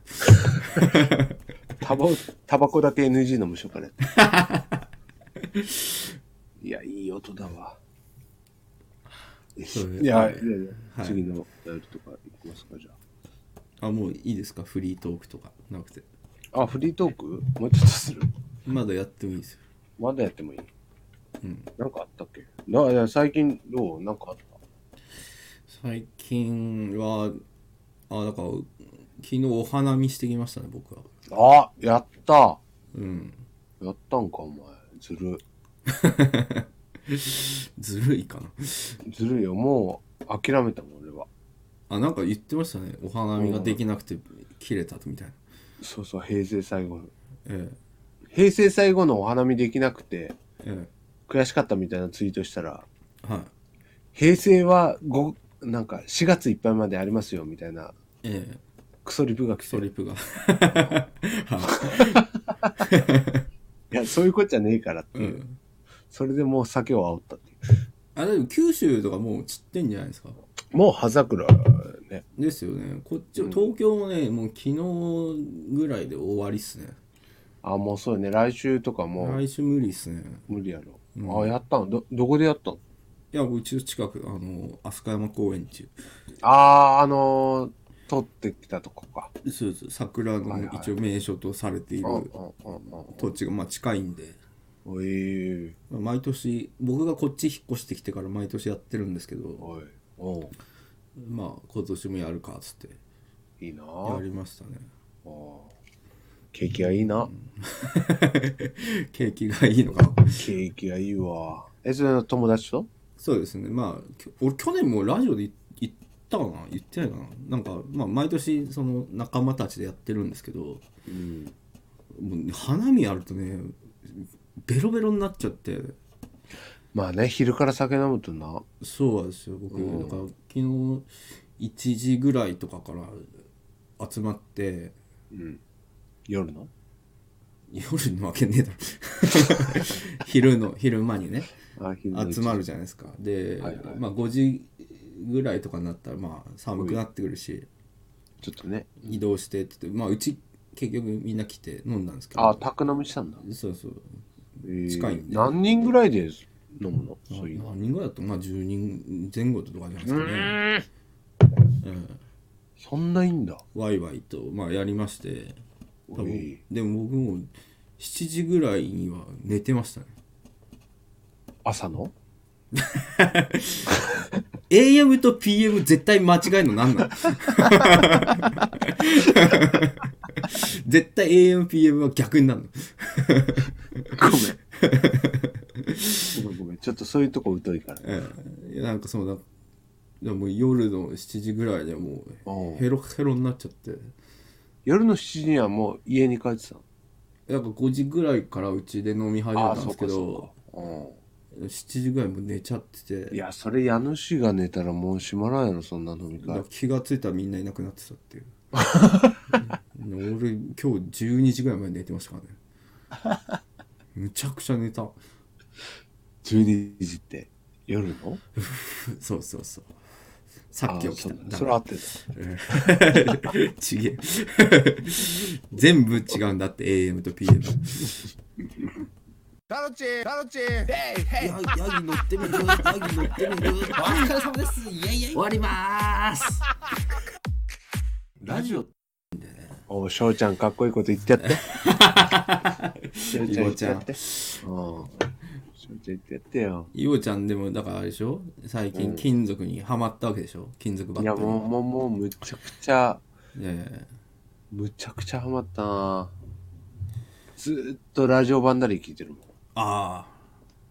[SPEAKER 1] タバタバコだけ NG の無所
[SPEAKER 2] [laughs]
[SPEAKER 1] からやってるいや、いい音だわ。
[SPEAKER 2] そうで
[SPEAKER 1] いや、い
[SPEAKER 2] す
[SPEAKER 1] やいや
[SPEAKER 2] はい
[SPEAKER 1] 次のやるとか行きますか、じゃ
[SPEAKER 2] あ、もういいですかフリートークとかなくて。
[SPEAKER 1] あ。あ、フリートークもうちょっとする。
[SPEAKER 2] まだやってもいいですよ。
[SPEAKER 1] まだやってもいい。
[SPEAKER 2] うん。
[SPEAKER 1] なんかあったっけな、いや最近どうなんかあっ
[SPEAKER 2] 最近は、あ、だから、昨日お花見してきましたね、僕は。
[SPEAKER 1] たあ、やった
[SPEAKER 2] うん。
[SPEAKER 1] やったんか、お前。ずる
[SPEAKER 2] ずるいかな。
[SPEAKER 1] い。ずるいよ。もう諦めたもん、俺は。
[SPEAKER 2] あ、なんか言ってましたね。お花見ができなくて切れたみたいな。
[SPEAKER 1] そうそう、平成最後の。
[SPEAKER 2] え
[SPEAKER 1] 平成最後のお花見できなくて、
[SPEAKER 2] え、え
[SPEAKER 1] 悔しかったみたいなツイートしたら、
[SPEAKER 2] え、はい。
[SPEAKER 1] 平成は5、なんか4月いっぱいまでありますよ、みたいな。
[SPEAKER 2] ええ、
[SPEAKER 1] クソリプが来て
[SPEAKER 2] スト
[SPEAKER 1] る。
[SPEAKER 2] リップが。はい
[SPEAKER 1] や、そういうことじゃねえからって
[SPEAKER 2] い。う
[SPEAKER 1] いう。
[SPEAKER 2] ん。
[SPEAKER 1] それでもう酒を煽ったってい
[SPEAKER 2] あ、でも九州とかもう散ってんじゃないですか。
[SPEAKER 1] う。もう葉桜ね。
[SPEAKER 2] ですよね。こっち、
[SPEAKER 1] うん
[SPEAKER 2] 東京もね、もう昨日ぐらいで終わりっすね。
[SPEAKER 1] あ、もうそうよね。来週とかもう
[SPEAKER 2] 来週無理っすね。
[SPEAKER 1] 無理やろ。
[SPEAKER 2] うん
[SPEAKER 1] あ、やったんど、どこでやったん
[SPEAKER 2] いや、うちの近く、あの、飛鳥山公園中。
[SPEAKER 1] あー、あのー、取ってきたとこか。
[SPEAKER 2] そうそう、桜
[SPEAKER 1] はい
[SPEAKER 2] の
[SPEAKER 1] はい
[SPEAKER 2] 一応名所とされている
[SPEAKER 1] うんうんうんうん
[SPEAKER 2] 土地が、まあ近いんで。
[SPEAKER 1] おい、
[SPEAKER 2] まあ毎年、僕がこっち引っ越してきてから毎年やってるんですけど、
[SPEAKER 1] おい、おう
[SPEAKER 2] まあ今年もやるかっつって、
[SPEAKER 1] いいな
[SPEAKER 2] や
[SPEAKER 1] あ
[SPEAKER 2] りましたね。 [laughs]
[SPEAKER 1] ー景気がいいな。
[SPEAKER 2] 景気がいいのかな。
[SPEAKER 1] 景気がいいわ。え、それの友達と
[SPEAKER 2] そうですね。まあ、きょ俺去年もラジオでい言ったかな言ってないかななんか、まあ毎年その仲間たちでやってるんですけど、も
[SPEAKER 1] うん。
[SPEAKER 2] うね花見やるとね、ベロベロになっちゃって、
[SPEAKER 1] まあね、昼から酒飲むとな。
[SPEAKER 2] そうなんですよ僕、
[SPEAKER 1] うん
[SPEAKER 2] だから昨日1時ぐらいとかから集まって
[SPEAKER 1] うん。夜の
[SPEAKER 2] 夜のわけねえだろ [laughs] 昼の昼間にね
[SPEAKER 1] あ、昼の一
[SPEAKER 2] 集まるじゃないですかで、
[SPEAKER 1] はいはい
[SPEAKER 2] まあ、5時ぐらいとかになったらまあ寒くなってくるし
[SPEAKER 1] ちょっとね。
[SPEAKER 2] 移動してって言って、まあ、うち結局みんな来て飲んだんですけど
[SPEAKER 1] あ、宅飲みしたんだ。
[SPEAKER 2] そうそう近
[SPEAKER 1] 近
[SPEAKER 2] いんで
[SPEAKER 1] 何人ぐらいで飲むのそういうの。
[SPEAKER 2] 何人ぐらいだとまあ10人前後とかじゃないですかね、うん
[SPEAKER 1] そんないいんだ。
[SPEAKER 2] ワイワイと、まあ、やりまして多
[SPEAKER 1] お
[SPEAKER 2] 分
[SPEAKER 1] い
[SPEAKER 2] でも僕も7時ぐらいには寝てましたね
[SPEAKER 1] 朝の
[SPEAKER 2] AM と PM 絶対間違えんのなんなの絶対 AMPM は逆になるの
[SPEAKER 1] ごめん。 [laughs] ごめんごめん。ちょっとそういうとこ疎いから。
[SPEAKER 2] ええいやなんかそのだでももう夜の7時ぐらいでも
[SPEAKER 1] お
[SPEAKER 2] う
[SPEAKER 1] う
[SPEAKER 2] ヘロヘロになっちゃって
[SPEAKER 1] 夜の7時にはもう家に帰ってたの。
[SPEAKER 2] なんか5時ぐらいからうちで飲み始めたんですけど
[SPEAKER 1] うか。うん
[SPEAKER 2] 7時ぐらいもう寝ちゃってて
[SPEAKER 1] いや、それ家主が寝たらもう閉まらんやろ、そんな飲み
[SPEAKER 2] だか
[SPEAKER 1] 会
[SPEAKER 2] ら。気がついたらみんないなくなってたっていう [laughs] うん俺今日12時ぐらいまで寝てましたからねむちゃくちゃ寝た
[SPEAKER 1] 12時って夜の
[SPEAKER 2] そうそうそうさっき起きた
[SPEAKER 1] あそそれ合ってた。
[SPEAKER 2] うん [laughs] ちげえ全部違うんだって AM と PM
[SPEAKER 4] タロチンタロチンヘイヘイ
[SPEAKER 2] ヤギ乗ってみるヤギ乗ってみるお疲れ様ですイエイイエイ終わりまーすラジオ
[SPEAKER 1] おう、翔ちゃんかっこいいこと言ってや
[SPEAKER 2] [laughs]
[SPEAKER 1] って。翔ちゃん言ってやって。うん。翔ちゃん言ってやってよ。
[SPEAKER 2] イオちゃんでもだからあれでしょ最近金属にはまったわけでしょ金属バ
[SPEAKER 1] い
[SPEAKER 2] ット
[SPEAKER 1] や、
[SPEAKER 2] に
[SPEAKER 1] もう、もう、もう、むちゃくちゃ、
[SPEAKER 2] いやいやいや
[SPEAKER 1] むちゃくちゃハマったなずーっとラジオ版なり聞いてるもん。
[SPEAKER 2] あ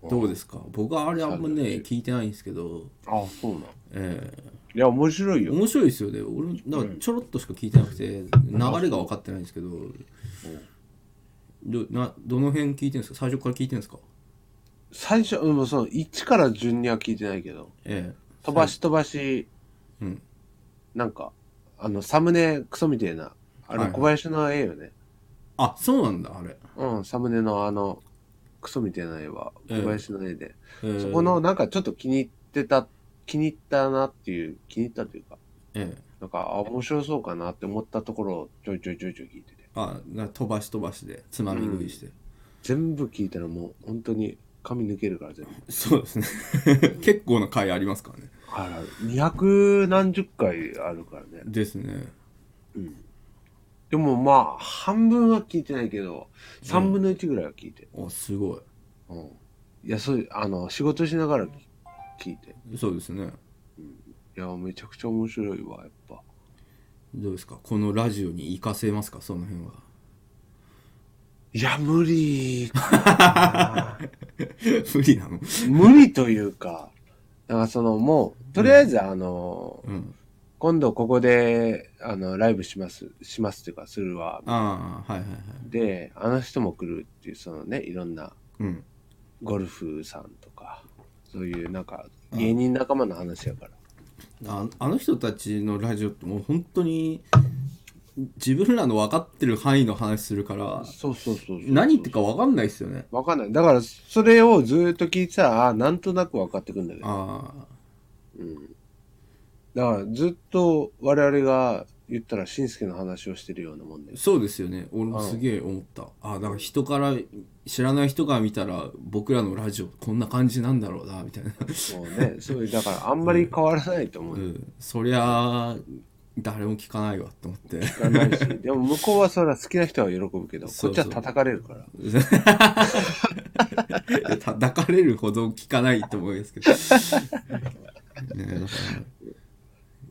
[SPEAKER 2] あどうですか僕はあれあんまね聞いてないんですけど
[SPEAKER 1] ああ、そうなん。い
[SPEAKER 2] え
[SPEAKER 1] や、面白い
[SPEAKER 2] え
[SPEAKER 1] よ。
[SPEAKER 2] 面白いですよね俺もだからちょろっとしか聞いてなくて流れが分かってないんですけどどなどの辺聞いてるんですか最初から聞いてるんですか
[SPEAKER 1] 最初、うん、その、1から順には聞いてないけど、
[SPEAKER 2] え
[SPEAKER 1] 飛ばし飛ばし、
[SPEAKER 2] うん
[SPEAKER 1] なんか、あの、サムネ、クソみたいな、あ
[SPEAKER 2] は
[SPEAKER 1] れ、
[SPEAKER 2] いはい
[SPEAKER 1] 小林の絵よね。
[SPEAKER 2] えあそうなんだあれ、
[SPEAKER 1] うん、サムネのあの、クソみたいな絵は、
[SPEAKER 2] ええ
[SPEAKER 1] 小林の絵で。
[SPEAKER 2] ええ
[SPEAKER 1] そこの、なんかちょっと気に入ってた、気に入ったなっていう、気に入ったというか、
[SPEAKER 2] ええ
[SPEAKER 1] なんか、あ、面白そうかなって思ったところをちょいちょいちょいちょい聞いてて。
[SPEAKER 2] あな飛ばし飛ばしでつまみ食いして、
[SPEAKER 1] 全部聞いたらもう、本当に、髪抜けるから全部。
[SPEAKER 2] そうですね [laughs] 結構な回ありますからね
[SPEAKER 1] あら、200何十回あるからね。
[SPEAKER 2] ですね
[SPEAKER 1] うん。でもまあ、半分は聞いてないけど、3分の1ぐらいは聞いてる。
[SPEAKER 2] あすご
[SPEAKER 1] うん。いや、そういう、あの、仕事しながら聞いて。
[SPEAKER 2] いそうですね
[SPEAKER 1] いや、めちゃくちゃ面白いわ、やっぱ。
[SPEAKER 2] どうですかこのラジオに活かせますかその辺はい
[SPEAKER 1] や、無理。
[SPEAKER 2] [laughs] 無理なの
[SPEAKER 1] 無理というか、 [laughs] なんかその、もう、とりあえず、あの、
[SPEAKER 2] うん
[SPEAKER 1] 今度ここで、あの、ライブします、しますっていうか、するわ。
[SPEAKER 2] ああはいはいはい
[SPEAKER 1] で、あの人も来るっていう、そのね、いろんな、
[SPEAKER 2] うん
[SPEAKER 1] ゴルフさんとか、そういう、なんか、芸人仲間の話やから。
[SPEAKER 2] ああの人たちのラジオってもう本当に自分らの分かってる範囲の話するから
[SPEAKER 1] そうそうそうそう。
[SPEAKER 2] 何言ってるか分かんないですよね
[SPEAKER 1] わかんない。だから、それをずーっと聞いてたら、あーなんとなく分かってくんだけど。
[SPEAKER 2] ああ
[SPEAKER 1] だから、ずっと我々が言ったら、しんすけの話をしてるようなもんで。
[SPEAKER 2] そうですよね俺もすげえ思ったあだから人から知らない人が見たら僕らのラジオこんな感じなんだろうなみたいな、 [laughs]
[SPEAKER 1] そうね。そういう、だから、あんまり変わらないと思う。
[SPEAKER 2] うん、そりゃあ誰も聞かないわと思って [laughs]
[SPEAKER 1] 聞かないし。でも、向こうはそれは好きな人は喜ぶけど、
[SPEAKER 2] そうそう
[SPEAKER 1] こっちは叩かれるから。
[SPEAKER 2] [laughs] 抱かれるほど聞かないと思うんですけど、 [laughs] ね、だか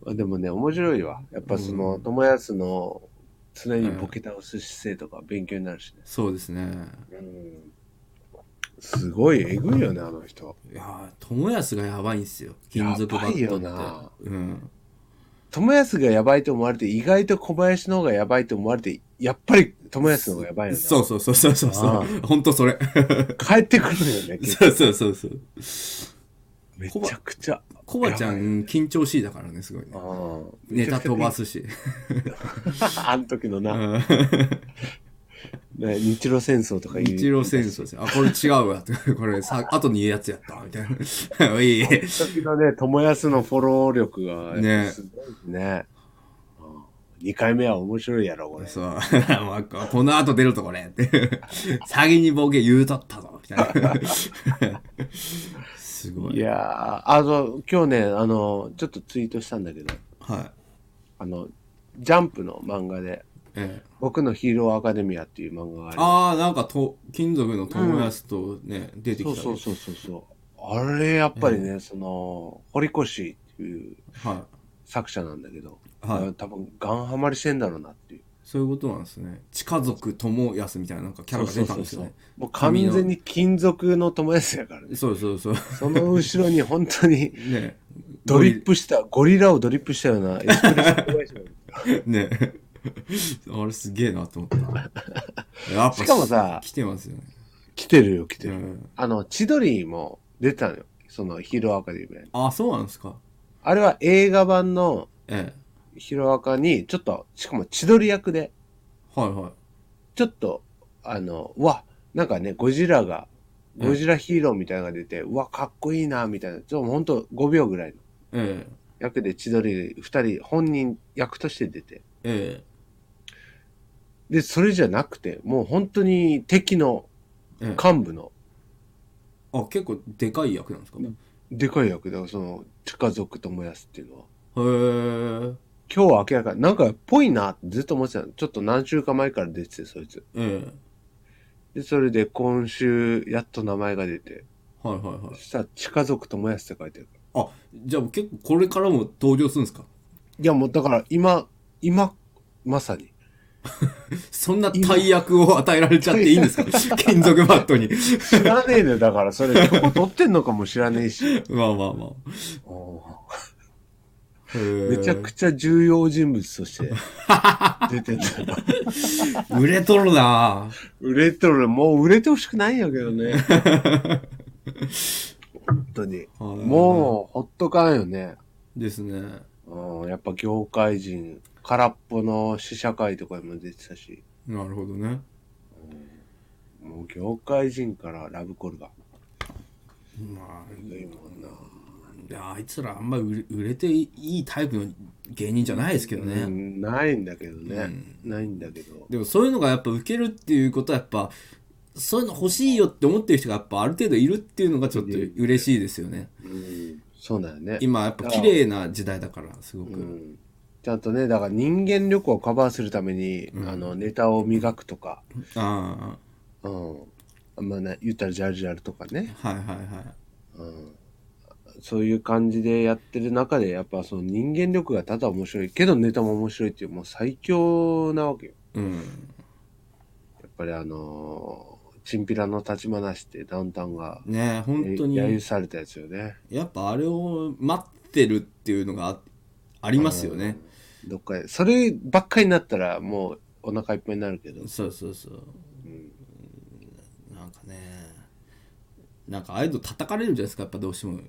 [SPEAKER 2] ら
[SPEAKER 1] あでもね、面白いわ。やっぱ、その、友康の、常にボケ倒す姿勢とか勉強になるしね。
[SPEAKER 2] そうですね
[SPEAKER 1] すごい、えぐいよね、あの人。
[SPEAKER 2] いやー友康がやばいんすよ金属バットって
[SPEAKER 1] やばいよな
[SPEAKER 2] うん、
[SPEAKER 1] 友康がやばいと思われて、意外と小林の方がやばいと思われて、やっぱり友康の方がやばいよね。
[SPEAKER 2] そうそうそうそうそうそう本
[SPEAKER 1] [laughs]
[SPEAKER 2] 当それ
[SPEAKER 1] 帰ってくるよ
[SPEAKER 2] [laughs]
[SPEAKER 1] ね。
[SPEAKER 2] そうそうそうそう
[SPEAKER 1] めちゃくちゃ。
[SPEAKER 2] コバちゃ
[SPEAKER 1] やば
[SPEAKER 2] ん緊張しいだからねすごいね
[SPEAKER 1] あー
[SPEAKER 2] ネタ飛ば。すし。
[SPEAKER 1] [laughs] あの時の
[SPEAKER 2] う
[SPEAKER 1] な、ね
[SPEAKER 2] ん
[SPEAKER 1] 日露戦争とか
[SPEAKER 2] 日
[SPEAKER 1] う。
[SPEAKER 2] 露戦争ですよ。あ、これ違うわ。これさ、後に言うやつやった。みたいな。 [laughs] いい。
[SPEAKER 1] あの時のね、友康のフォロー力が
[SPEAKER 2] ね
[SPEAKER 1] すごいですね。2回目は面白いやろ、これ。
[SPEAKER 2] そう。まあこの後出るとこれ。って先にボケ言うとったぞ。みたいな。
[SPEAKER 1] [laughs]
[SPEAKER 2] すご
[SPEAKER 1] い
[SPEAKER 2] い。
[SPEAKER 1] やー、あの、今日ね、あの、ちょっとツイートしたんだけど、
[SPEAKER 2] はい。
[SPEAKER 1] あの、ジャンプの漫画で、
[SPEAKER 2] ええ、
[SPEAKER 1] 僕のヒーローアカデミアっていう漫画があり
[SPEAKER 2] ああ、なんかと、金属の友康とね、出てきた
[SPEAKER 1] そ
[SPEAKER 2] ね。
[SPEAKER 1] うそうそうそうそう。あれ、やっぱりね、その、堀越っていう
[SPEAKER 2] はい。
[SPEAKER 1] 作者なんだけど、
[SPEAKER 2] はい
[SPEAKER 1] 多分、ガンハマりしてんだろうなっていう。
[SPEAKER 2] そういうことなんですね。近族友康みたいななんかキャラが出たんですよね。
[SPEAKER 1] もう完全に金属の友達やからね。
[SPEAKER 2] そうそうそう。
[SPEAKER 1] その後ろに本当に [laughs]
[SPEAKER 2] ね
[SPEAKER 1] ドリップした、ゴリラをドリップしたようなエスプレッソ小林なんだよ
[SPEAKER 2] ね [laughs] あれすげえなと思った。やっぱ
[SPEAKER 1] しかもさ
[SPEAKER 2] 来てますよね。
[SPEAKER 1] [laughs] 来てるよ、来てる。
[SPEAKER 2] うん
[SPEAKER 1] あの、千鳥も出たのよ。そのヒーローアカデミアに。
[SPEAKER 2] あ、そうなんですか。
[SPEAKER 1] あれは映画版の
[SPEAKER 2] え
[SPEAKER 1] ヒーローアカに、ちょっと、しかも千鳥役で、
[SPEAKER 2] え。はいはい。
[SPEAKER 1] ちょっと、あの、うわ、なんかね、ゴジラが、
[SPEAKER 2] うん
[SPEAKER 1] ゴジラヒーローみたいなのが出て、うわ、かっこいいな、みたいな。ちょ、ほんと5秒ぐらいの
[SPEAKER 2] え
[SPEAKER 1] 役で千鳥2人、本人役として出て。
[SPEAKER 2] え。え
[SPEAKER 1] で、それじゃなくて、もう本当に敵の
[SPEAKER 2] え。ええ。
[SPEAKER 1] 幹部の、
[SPEAKER 2] あ、結構でかい役なんですか。へ
[SPEAKER 1] でかい役だから、その、近づくと燃やすっていうのは。
[SPEAKER 2] え。
[SPEAKER 1] 今日は明らかに、なんか、ぽいなってずっと思ってたの。ちょっと何週間前から出てて、そいつ。
[SPEAKER 2] ええ。
[SPEAKER 1] で、それで今週、やっと名前が出て。
[SPEAKER 2] はいはいは
[SPEAKER 1] そ
[SPEAKER 2] い。
[SPEAKER 1] したら、近づくと燃やすって書いてる。
[SPEAKER 2] あ、じゃあ結構これからも登場するんですか。
[SPEAKER 1] いや、もうだから、今、今、まさに。
[SPEAKER 2] そんな大役を与えられちゃっていいんですか。 [laughs] 金属バットに。
[SPEAKER 1] 知らねえねだから、それ、どこ取ってんのかも知らねえし。
[SPEAKER 2] まあまあまあ。へえ
[SPEAKER 1] [laughs] めちゃくちゃ重要人物として、出てんだ。
[SPEAKER 2] 売れとるなぁ。
[SPEAKER 1] 売れとる、もう売れてほしくないんやけど [laughs] ね。本当に。もう、ほっとかんよね。
[SPEAKER 2] う。ですね。
[SPEAKER 1] うん、やっぱ業界人、空っぽの試写会とかにも出てたし、
[SPEAKER 2] なるほどね。
[SPEAKER 1] もう業界人からラブコールが。
[SPEAKER 2] まあ、
[SPEAKER 1] いいもんな。
[SPEAKER 2] いやあいつらあんま売れ売れていいタイプの芸人じゃないですけどね、
[SPEAKER 1] うんないんだけどね。ないんだけど。
[SPEAKER 2] でもそういうのがやっぱ受けるっていうことはやっぱそういうの欲しいよって思ってる人がやっぱある程度いるっていうのがちょっと嬉しいですよね
[SPEAKER 1] うん、そうだよね。
[SPEAKER 2] 今やっぱ綺麗な時代だからすごく、
[SPEAKER 1] うんちゃんとね、だから人間力をカバーするために、
[SPEAKER 2] うん
[SPEAKER 1] あの、ネタを磨くとか、
[SPEAKER 2] あ
[SPEAKER 1] うん。まあね、言ったらジャルジャルとかね、
[SPEAKER 2] あ、はいはいはい。
[SPEAKER 1] うん。そういう感じでやってる中で、やっぱその人間力がただ面白いけどネタも面白いっていう、もう最強なわけよ。
[SPEAKER 2] うん。
[SPEAKER 1] やっぱりあのーチンピラの立ち話ってダウンタウンが、
[SPEAKER 2] ねえ本当
[SPEAKER 1] 揶揄
[SPEAKER 2] に、
[SPEAKER 1] されたやつよね。
[SPEAKER 2] やっぱあれを待ってるっていうのがあありますよね。
[SPEAKER 1] どっかで。そればっかりになったら、もうお腹いっぱいになるけど。
[SPEAKER 2] そうそうそう。
[SPEAKER 1] うん
[SPEAKER 2] なんかね、なんかああいうの叩かれるじゃないですか、やっぱどうしても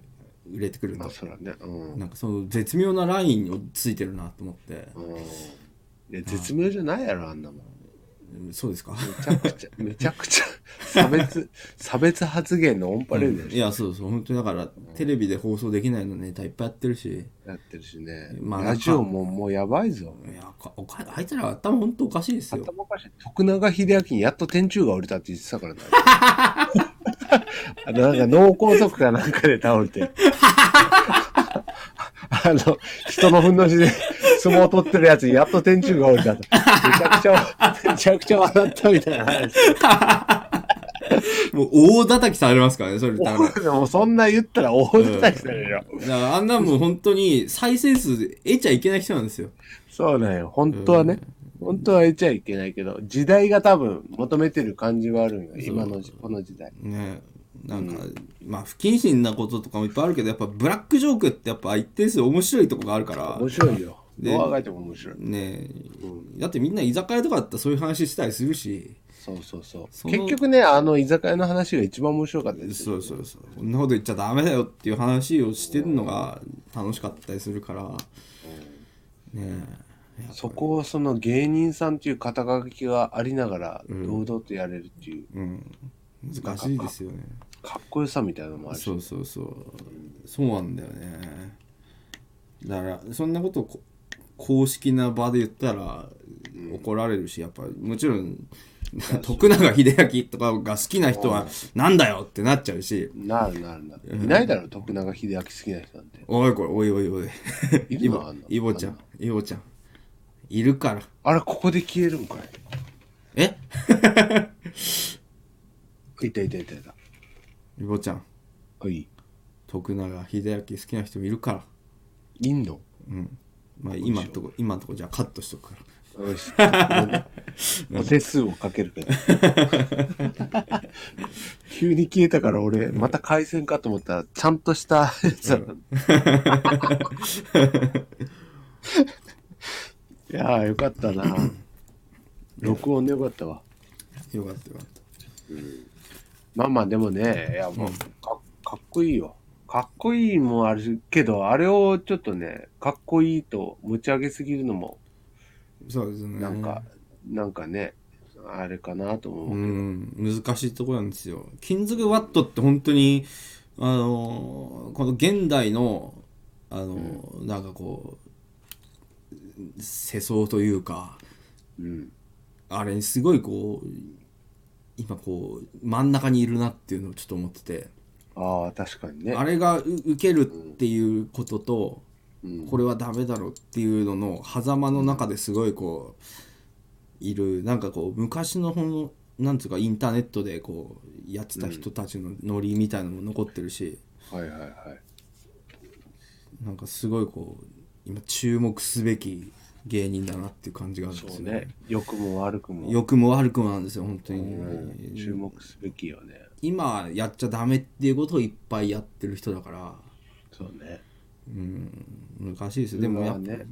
[SPEAKER 2] 売れてくる
[SPEAKER 1] ま
[SPEAKER 2] と
[SPEAKER 1] あ、。そらね。うん。
[SPEAKER 2] なんかその絶妙なラインをついてるなと思って。
[SPEAKER 1] うん。いや、絶妙じゃないやろ、あんなもん。
[SPEAKER 2] うんそうですか。
[SPEAKER 1] めちゃく
[SPEAKER 2] [laughs]
[SPEAKER 1] ちゃ、めちゃくちゃ、差別、差別発言のオンパレード
[SPEAKER 2] いや、そうそう、本当にだから、テレビで放送できないのネタいっぱいやってるし、
[SPEAKER 1] やってるしね。
[SPEAKER 2] まあ
[SPEAKER 1] ラジオももうやばいぞ。
[SPEAKER 2] いや、かおかあいつら頭本当おかしいですよ。
[SPEAKER 1] 頭おかしい。徳永秀明にやっと天柱が降りたって言ってたからな。 [laughs] あの、なんか脳梗塞かなんかで倒れて。 [laughs] あの、人のふんどしで相撲を取ってるやつにやっと天柱が降りたと。めちゃくちゃ、めちゃくちゃ笑ったみたいな話。
[SPEAKER 2] もう大叩きされますからね、それ。だから、
[SPEAKER 1] でもそんな言ったら大叩きされるよ。
[SPEAKER 2] だからあんなもう本当に再生数得ちゃいけない人なんですよ。
[SPEAKER 1] そうなんよ。本当はね。本当は言っちゃいけないけど、時代が多分求めてる感じはあるんよ。今のじ、この時代。
[SPEAKER 2] ねなんか、まあ不謹慎なこととかもいっぱいあるけどやっぱブラックジョークってやっぱ一定数面白いとこがあるから
[SPEAKER 1] 面白いよ。
[SPEAKER 2] で
[SPEAKER 1] どう考えても面白い。
[SPEAKER 2] ねだってみんな居酒屋とかだったらそういう話したりするし
[SPEAKER 1] そうそうそう。
[SPEAKER 2] その
[SPEAKER 1] 結局ね、あの居酒屋の話が一番面白かったです。
[SPEAKER 2] そうそうそうこんなこと言っちゃダメだよっていう話をしてるのが楽しかったりするからねえ
[SPEAKER 1] そこをその芸人さんっていう肩書きがありながら、堂々とやれるっていう、
[SPEAKER 2] うん難しいですよね
[SPEAKER 1] かっこよさみたいなのもあるし
[SPEAKER 2] そ。うそうそうそうなんだよねだからそんなことをこ公式な場で言ったら怒られるしやっぱもちろん徳永英明とかが好きな人はなんだよってなっちゃうし
[SPEAKER 1] なるなるなる。いないだろ、徳永秀明好きな人なんて。
[SPEAKER 2] おいこれおいおいおい
[SPEAKER 1] い
[SPEAKER 2] イ
[SPEAKER 1] る
[SPEAKER 2] ボ
[SPEAKER 1] のあんの
[SPEAKER 2] イボちゃんイボちゃんいるから
[SPEAKER 1] あれ、ここで消えるんかい。
[SPEAKER 2] え
[SPEAKER 1] いたいたいたいた。
[SPEAKER 2] イボちゃん
[SPEAKER 1] はい。
[SPEAKER 2] 徳永英明好きな人いるから
[SPEAKER 1] いんの
[SPEAKER 2] うんまあ今んとこ今んとこじゃあカットしとくから
[SPEAKER 1] よ [laughs] し。お手数をかけるけ [laughs] ど。急に消えたから俺、また回線かと思ったら、ちゃんとしたやつだった。 [laughs] いやーよかったな。録音でよかったわ。
[SPEAKER 2] よかったよかった
[SPEAKER 1] まあまあでもね、いやもうかかっこいいよ。かっこいいもあるけど、あれをちょっとね、かっこいいと持ち上げすぎるのも、
[SPEAKER 2] そうですね
[SPEAKER 1] なんか、なんかね、あれかなと思う。
[SPEAKER 2] うん、難しいところなんですよ。金属ワットって本当に、あのーこの現代の、あのーなんかこう、世相というか、
[SPEAKER 1] うん
[SPEAKER 2] あれにすごいこう、今こう、真ん中にいるなっていうのをちょっと思ってて、
[SPEAKER 1] ああ、確かにね。
[SPEAKER 2] あれがう受けるっていうことと、
[SPEAKER 1] うん
[SPEAKER 2] これはダメだろうっていうのの狭間の中ですごいこういるなんかこう昔のほのなんつうかインターネットでこうやってた人たちのノリみたいなのも残ってるし、
[SPEAKER 1] はいはいはい。
[SPEAKER 2] なんかすごいこう今注目すべき芸人だなっていう感じがあるんです
[SPEAKER 1] そう
[SPEAKER 2] よね
[SPEAKER 1] ね。良くも悪くも。
[SPEAKER 2] 良くも悪くもなんですよ本当
[SPEAKER 1] うん
[SPEAKER 2] に
[SPEAKER 1] 注目すべきよね。
[SPEAKER 2] 今やっちゃダメっていうことをいっぱいやってる人だから
[SPEAKER 1] そうね。
[SPEAKER 2] うん難しいですよでもや
[SPEAKER 1] ま
[SPEAKER 2] っ
[SPEAKER 1] あ
[SPEAKER 2] ぱ
[SPEAKER 1] ね。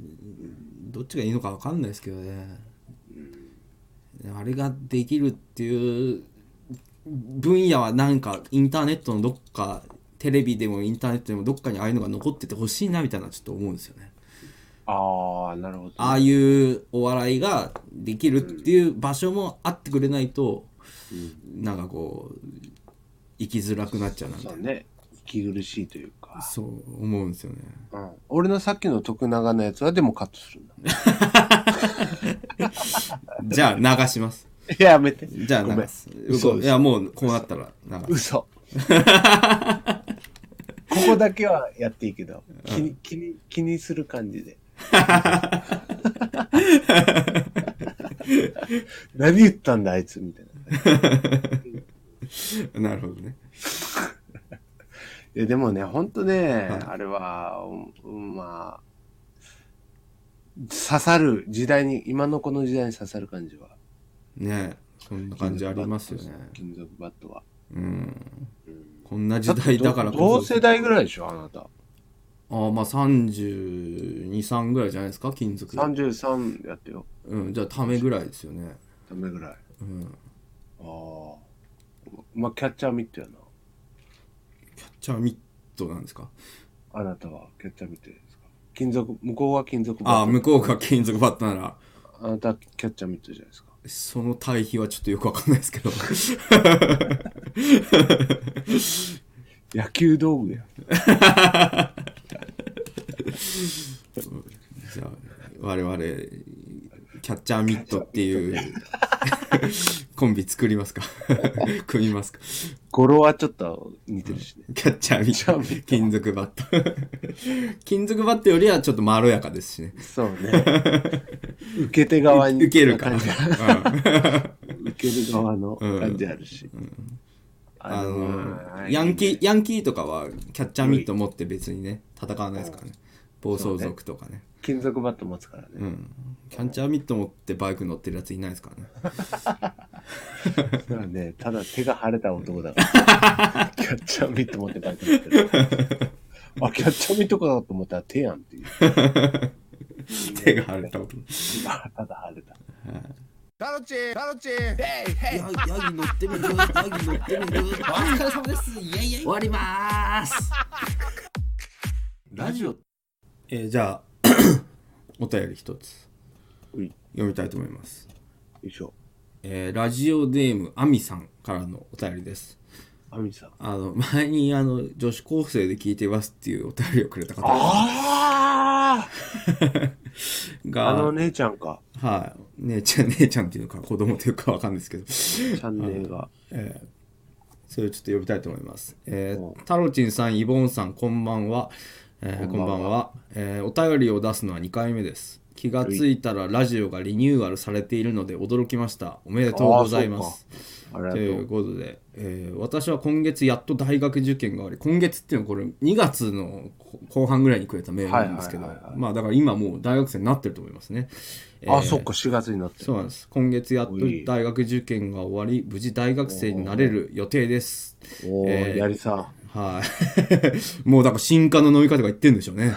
[SPEAKER 2] どっちがいいのか分かんないですけどね、あれができるっていう分野はなんかインターネットのどっかテレビでもインターネットでもどっかにああいうのが残っててほしいなみたいなちょっと思うんですよね
[SPEAKER 1] ああ、なるほど。
[SPEAKER 2] ああいうお笑いができるっていう場所もあってくれないと、なんかこう生きづらくなっちゃうなみたい
[SPEAKER 1] そう
[SPEAKER 2] な
[SPEAKER 1] ね。息苦しいというか。
[SPEAKER 2] そう思うんですよね
[SPEAKER 1] うん、俺のさっきの徳永のやつはでもカットするんだ。
[SPEAKER 2] じゃあ流します
[SPEAKER 1] い [laughs] ややめて。
[SPEAKER 2] じゃあ
[SPEAKER 1] ごめ
[SPEAKER 2] 流
[SPEAKER 1] ん
[SPEAKER 2] す
[SPEAKER 1] 嘘
[SPEAKER 2] いやもうこうなったら流す
[SPEAKER 1] [laughs] 嘘。 [laughs] ここだけはやっていいけど、気に、気に、気にする感じで。何言ったんだ、あいつ、みたいな。
[SPEAKER 2] なるほどね。
[SPEAKER 1] いやでもね、ほんとね、
[SPEAKER 2] はい
[SPEAKER 1] あれは、うんまあ、刺さる時代に、今のこの時代に刺さる感じは。
[SPEAKER 2] ねえそんな感じありますよね。
[SPEAKER 1] 金属バットは。
[SPEAKER 2] うん。こんな時代だから
[SPEAKER 1] こそ。
[SPEAKER 2] こ
[SPEAKER 1] 同
[SPEAKER 2] そ。
[SPEAKER 1] 世代ぐらいでしょ、あなた。
[SPEAKER 2] ああ、まあ32、3ぐらいじゃないですか、金属。
[SPEAKER 1] 33やってよ。
[SPEAKER 2] うん、じゃあためぐらいですよね。
[SPEAKER 1] ダメぐらい。
[SPEAKER 2] うん。
[SPEAKER 1] ああ。まあ、キャッチャーミットやな。
[SPEAKER 2] じゃあミットなんですか
[SPEAKER 1] あなたはキャッチャーミットですか。金属、向こうは金属
[SPEAKER 2] あ
[SPEAKER 1] バ
[SPEAKER 2] あ、
[SPEAKER 1] ッ
[SPEAKER 2] 向こうが金属バットなら、
[SPEAKER 1] ト。あなたはキャッチャーミットじゃないですか。
[SPEAKER 2] その対比はちょっとよくわかんないですけど。 [laughs]
[SPEAKER 1] 野球道具や。
[SPEAKER 2] じゃあ我々キャッチャーミットっていう [laughs] コンビ作りますか [laughs] 組みますか
[SPEAKER 1] 語呂はちょっと似てるしね。
[SPEAKER 2] キャッチャーミ
[SPEAKER 1] ャーミ
[SPEAKER 2] ット [laughs] 金属バット金属バットよりはちょっとまろやかですしね
[SPEAKER 5] [laughs]
[SPEAKER 1] そうね。受け手側に。
[SPEAKER 2] 受けるか
[SPEAKER 1] 感じ受ける側の感じあるし。
[SPEAKER 2] あの
[SPEAKER 1] ー
[SPEAKER 2] ヤンキーヤンキーとかはキャッチャーミット持って別にね戦わないですからね暴走族とかね
[SPEAKER 1] 金属バット持つから
[SPEAKER 2] う
[SPEAKER 1] ね。
[SPEAKER 2] んキャッチャーミット持ってバイク乗ってるやついないですから
[SPEAKER 5] [laughs]
[SPEAKER 2] ね
[SPEAKER 1] それはね、ただ手が腫れた男だ
[SPEAKER 2] [laughs]
[SPEAKER 1] から。キャッチャーミット持ってバイク乗ってる。あ、キャッチャーミットかなと思ったら手やんっていう。
[SPEAKER 2] 手が腫れたこと
[SPEAKER 1] ただ腫れた。
[SPEAKER 4] タロチタロチヘイヘイ
[SPEAKER 5] ヤギ乗って [laughs] みるヤギ乗ってみるお疲れ様ですイエイイエイ終わりまーす
[SPEAKER 2] ラジオ、えーじゃあ [coughs] お便り一つ
[SPEAKER 1] うい
[SPEAKER 2] 読みたいと思います、
[SPEAKER 1] よいしょ。
[SPEAKER 2] えーラジオネームあみさんからのお便りです
[SPEAKER 1] アミさん。
[SPEAKER 2] あの [laughs] 前にあの女子高生で聞いてますっていうお便りをくれた方
[SPEAKER 1] ああ
[SPEAKER 2] が
[SPEAKER 1] あの姉ちゃんか。
[SPEAKER 2] はい、姉ちゃん姉ちゃんっていうのか子供というかわかんないですけど [laughs]
[SPEAKER 1] チャンネルが。
[SPEAKER 2] それをちょっと読みたいと思います。えー、タロチンさん、イボンさん、こんばんは。えーこんばんは、えーお便りを出すのは2回目です。気がついたらラジオがリニューアルされているので驚きました。おめでとうございます。
[SPEAKER 1] あれ
[SPEAKER 2] ということで、えー私は今月やっと大学受験があり、今月っていうのはこれ2月の後半ぐらいにくれたメールなんですけど
[SPEAKER 1] はいはいはい、
[SPEAKER 2] まあだから今もう大学生になってると思いますね。えー
[SPEAKER 1] あ、そっか、4月になってる。
[SPEAKER 2] そうなんです今月やっと大学受験が終わり無事大学生になれる予定です
[SPEAKER 1] おー、
[SPEAKER 2] えー
[SPEAKER 1] やりさ
[SPEAKER 2] はい [laughs] もうだから新刊の飲み方が言ってんでしょうね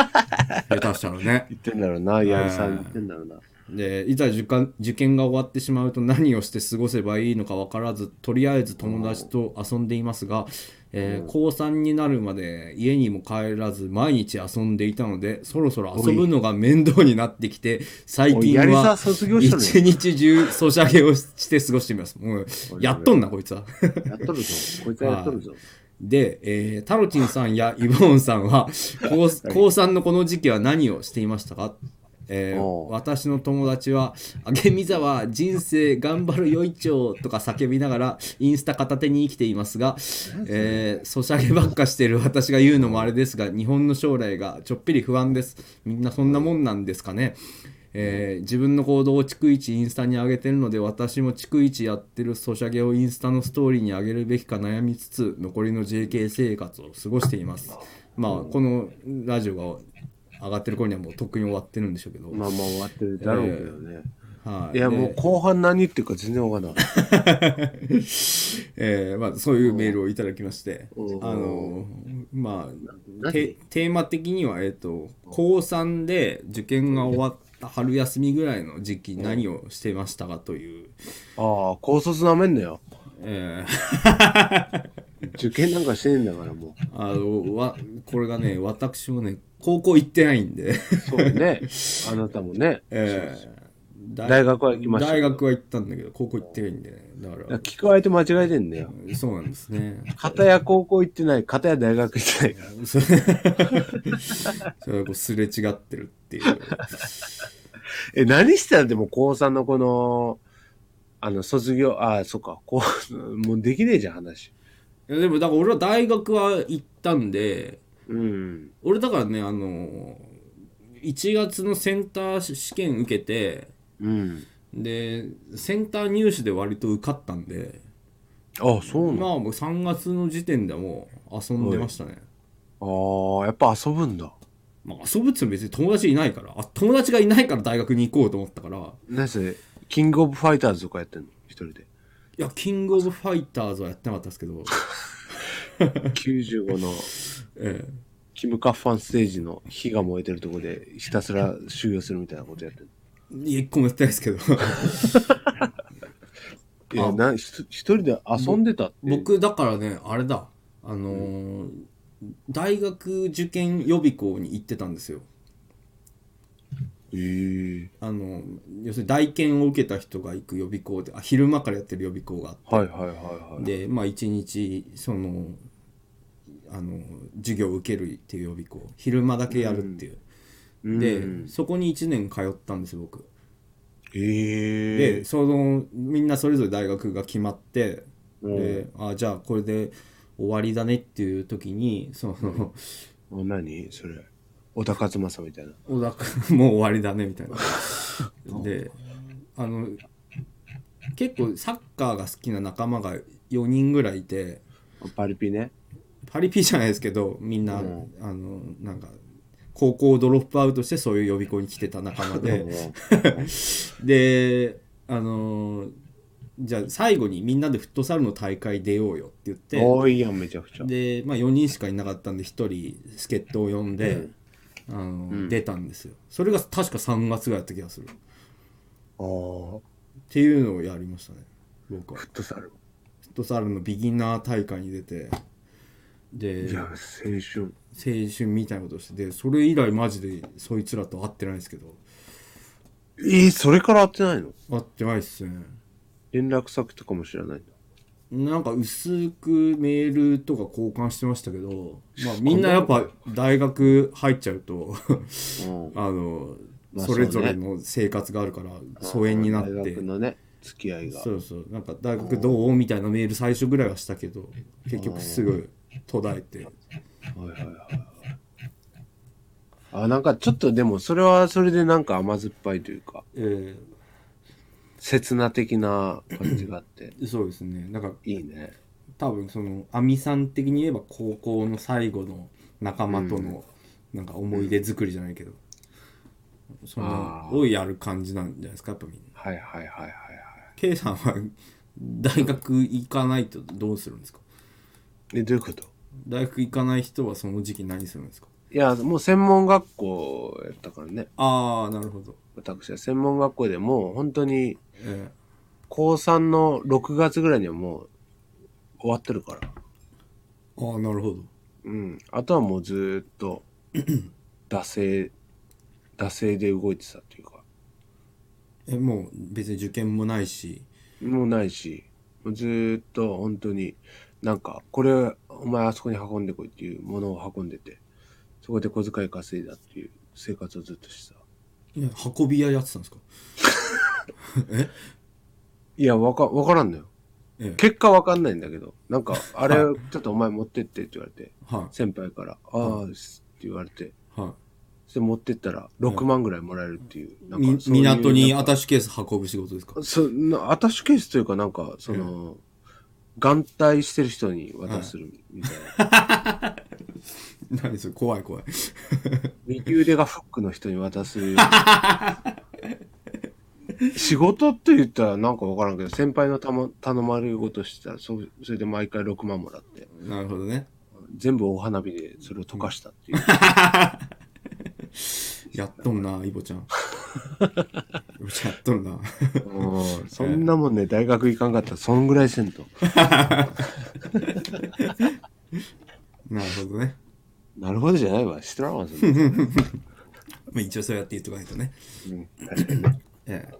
[SPEAKER 1] [laughs]
[SPEAKER 2] 下手したらね
[SPEAKER 1] 言ってんだろうな、やりさん言ってんだろうな。
[SPEAKER 2] でいざ受験受験が終わってしまうと何をして過ごせばいいのか分からずとりあえず友達と遊んでいますが、えー高3になるまで家にも帰らず毎日遊んでいたのでそろそろ遊ぶのが面倒になってきて最
[SPEAKER 1] おい
[SPEAKER 2] 近
[SPEAKER 1] やりさ
[SPEAKER 2] は
[SPEAKER 1] ん卒業したのよ
[SPEAKER 2] 一日中ソシャゲをして過ごしていますもうやっとんなこいつは。
[SPEAKER 1] やっとるぞ。こいつはやっとるぞ。
[SPEAKER 2] で、えータロチンさんやイボンさんは、高高3のこの時期は何をしていましたか、えー
[SPEAKER 1] おう
[SPEAKER 2] 私の友達は、あみざは人生頑張るよいちょうとか叫びながら、インスタ片手に生きていますが、えー、ソシャゲばっかしてる私が言うのもあれですが、日本の将来がちょっぴり不安です。みんなそんなもんなんですかね。えー自分の行動を逐一インスタに上げてるので私も逐一やってるソシャゲをインスタのストーリーに上げるべきか悩みつつ残りの JK 生活を過ごしていますまあこのラジオが上がってる頃にはもうとっくに終わってるんでしょうけど、
[SPEAKER 1] まあまあ終わってるだろうけどね。
[SPEAKER 2] はい
[SPEAKER 1] いや、もう
[SPEAKER 2] で
[SPEAKER 1] 後半何言ってるか全然わかんない。
[SPEAKER 2] えーまあ、そういうメールをいただきましてあ
[SPEAKER 1] おう
[SPEAKER 2] のまあ
[SPEAKER 1] 何
[SPEAKER 2] テテーマ的には、えっと高3で受験が終わった春休みぐらいの時期何をしてましたかという、
[SPEAKER 1] ああ、高卒なめんなよ。
[SPEAKER 2] えー
[SPEAKER 1] 受験なんかしてねえんだからも
[SPEAKER 2] あのわこれがね私もね高校行ってないんで、
[SPEAKER 1] う。そうね。 [laughs] あなたもね。
[SPEAKER 2] えー大
[SPEAKER 1] 大学は行きましたけ
[SPEAKER 2] 大
[SPEAKER 1] ど
[SPEAKER 2] 学は行ったんだけど高校行ってないんで、ね、だから
[SPEAKER 1] 聞く相手間違えてんだよ。
[SPEAKER 2] そうなんですね
[SPEAKER 1] 片や高校行ってない、片や大学行ってないから。
[SPEAKER 2] [laughs] それそれがこうすれ違ってるっていう
[SPEAKER 1] え、何してたんでも高3のこの、あの、卒業、ああ、そっか、こう、もうできねえじゃん、話。
[SPEAKER 2] いやでもだから俺は大学は行ったんで
[SPEAKER 1] うん。
[SPEAKER 2] 俺だからねあの1月のセンター試験受けて
[SPEAKER 1] うん。
[SPEAKER 2] でセンター入試で割と受かったんで
[SPEAKER 1] あそうなの
[SPEAKER 2] まあもう3月の時点ではもう遊んでましたね、
[SPEAKER 1] あーやっぱ遊ぶんだ。
[SPEAKER 2] まあ、遊ぶっつっても別に友達いないからあ友達がいないから大学に行こうと思ったから
[SPEAKER 1] なぜキングオブファイターズとかやってんの一人で。
[SPEAKER 2] いやキングオブファイターズはやってなかったですけど、 [laughs]
[SPEAKER 1] 95の
[SPEAKER 2] ええ、
[SPEAKER 1] キムカッファンステージの火が燃えてるとこでひたすら収容するみたいなことやってる。
[SPEAKER 2] いや一個もやってないですけど
[SPEAKER 1] いや、な、ひと一人で遊んでたって。
[SPEAKER 2] 僕だからねあれだあのー大学受験予備校に行ってたんですよ
[SPEAKER 1] えー
[SPEAKER 2] あの要するに大検を受けた人が行く予備校であ昼間からやってる予備校があって
[SPEAKER 1] はいはいはいはい。
[SPEAKER 2] でまあ一日そのあの授業を受けるっていう予備校昼間だけやるっていう、
[SPEAKER 1] うん
[SPEAKER 2] でそこに1年通ったんですよ僕
[SPEAKER 1] え
[SPEAKER 2] で
[SPEAKER 1] ー、
[SPEAKER 2] そのみんなそれぞれ大学が決まって
[SPEAKER 1] うん
[SPEAKER 2] であじゃあこれで終わりだねっていう時にその
[SPEAKER 1] お何それ。小田和正みたいな。
[SPEAKER 2] 小田君もう終わりだねみたいな。であの結構サッカーが好きな仲間が4人ぐらいいて。
[SPEAKER 1] パリピね。
[SPEAKER 2] パリピじゃないですけどみんな、あのなんか高校をドロップアウトしてそういう予備校に来てた仲間で [laughs] であのじゃあ最後にみんなでフットサルの大会出ようよって言って
[SPEAKER 1] 多いやん、めちゃくちゃ。
[SPEAKER 2] で、まあ、4人しかいなかったんで1人助っ人を呼んで、あの出たんですよそれが確か3月ぐらいだった気がするっ
[SPEAKER 1] ああ、フ
[SPEAKER 2] ていうのをやりましたね僕はフ
[SPEAKER 1] ットサル。
[SPEAKER 2] ットサルのビギナー大会に出てで
[SPEAKER 1] いや、青春。
[SPEAKER 2] 青春みたいなことをしてでそれ以来マジでそいつらと会ってないですけど
[SPEAKER 1] えー、それから会ってないの
[SPEAKER 2] 会ってないっすね
[SPEAKER 1] 連絡先とかも知らないんだ。
[SPEAKER 2] なんか薄くメールとか交換してましたけど、まあ、みんなやっぱ大学入っちゃうと
[SPEAKER 1] うん。
[SPEAKER 2] あの、
[SPEAKER 1] まあ
[SPEAKER 2] それぞれの生活があるから疎遠になっ
[SPEAKER 1] 大
[SPEAKER 2] て
[SPEAKER 1] 学のね、付き合いが。
[SPEAKER 2] そうそうなんか大学どうみたいなメール最初ぐらいはしたけど結局すぐ途絶えて
[SPEAKER 1] はいはいはいはい。あ、なんかちょっとでも、それはそれでなんか甘酸っぱいというか、
[SPEAKER 2] え
[SPEAKER 1] 刹那的な感じがあ
[SPEAKER 2] [laughs]
[SPEAKER 1] って、
[SPEAKER 2] ーそうですねなんか
[SPEAKER 1] いいね。
[SPEAKER 2] 多分その亜美さん的に言えば高校の最後の仲間とのなんか思い出作りじゃないけど、その
[SPEAKER 1] あー
[SPEAKER 2] をやる感じなんじゃないですかやっぱみんな
[SPEAKER 1] はいはいはいはいはい。
[SPEAKER 2] K さんは大学行かないとどうするんですか
[SPEAKER 1] え、どういうこと
[SPEAKER 2] 大学行かない人はその時期何するんですか
[SPEAKER 1] いや、もう専門学校やったからね。
[SPEAKER 2] ああなるほど、
[SPEAKER 1] 私は専門学校でもう本当に、
[SPEAKER 2] え
[SPEAKER 1] 高3の6月ぐらいにはもう終わってるから。
[SPEAKER 2] ー、ああなるほど
[SPEAKER 1] うん。あとはもうずーっ
[SPEAKER 2] [clears throat]
[SPEAKER 1] と、惰性、惰性で動いてたというか、
[SPEAKER 2] えもう別に受験もないし
[SPEAKER 1] もうないし、もうずーっと本当に、なんか、これ、お前あそこに運んでこいっていうものを運んでて、そこで小遣い稼いだっていう生活をずっとしてた。
[SPEAKER 2] いや運び屋やってたんですか
[SPEAKER 1] いや、わか、わからんのよ。
[SPEAKER 2] ええ
[SPEAKER 1] 結果わかんないんだけど、なん
[SPEAKER 2] [laughs]
[SPEAKER 1] か、あれ、ちょっとお前持ってってって言われて、
[SPEAKER 2] は
[SPEAKER 1] 先輩から、ああ、ですって言われて、
[SPEAKER 2] いは
[SPEAKER 1] それ持ってったら6万ぐらいもらえるっていう。
[SPEAKER 2] いみ港にア
[SPEAKER 1] あ
[SPEAKER 2] タッシュケース運ぶ仕事ですか [laughs]
[SPEAKER 1] そなアタッシュケースというかなんか、その、眼帯してる人に渡するみたいな。
[SPEAKER 2] 何それ怖い怖い
[SPEAKER 1] 右腕がフックの人に渡す。仕事って言ったらなんかわからんけど、先輩のた、ま、頼まれることしてたらそ、それで毎回6万もらって、
[SPEAKER 2] なるほどね
[SPEAKER 1] 全部お花火でそれを溶かしたっていう。
[SPEAKER 2] やっとんな、イボちゃん。 [laughs] イボちゃんやっとんな。 [laughs]
[SPEAKER 1] うん [laughs] そんなもんね、大学行かんかったら、そんぐらいせんと。
[SPEAKER 2] なるほどね。
[SPEAKER 1] なるほどじゃ [laughs] ないわ、知ってらんわ、そんな
[SPEAKER 2] まあ、一応そうやって言っとかないとね。
[SPEAKER 1] うん確かにね。
[SPEAKER 2] [laughs] ええ。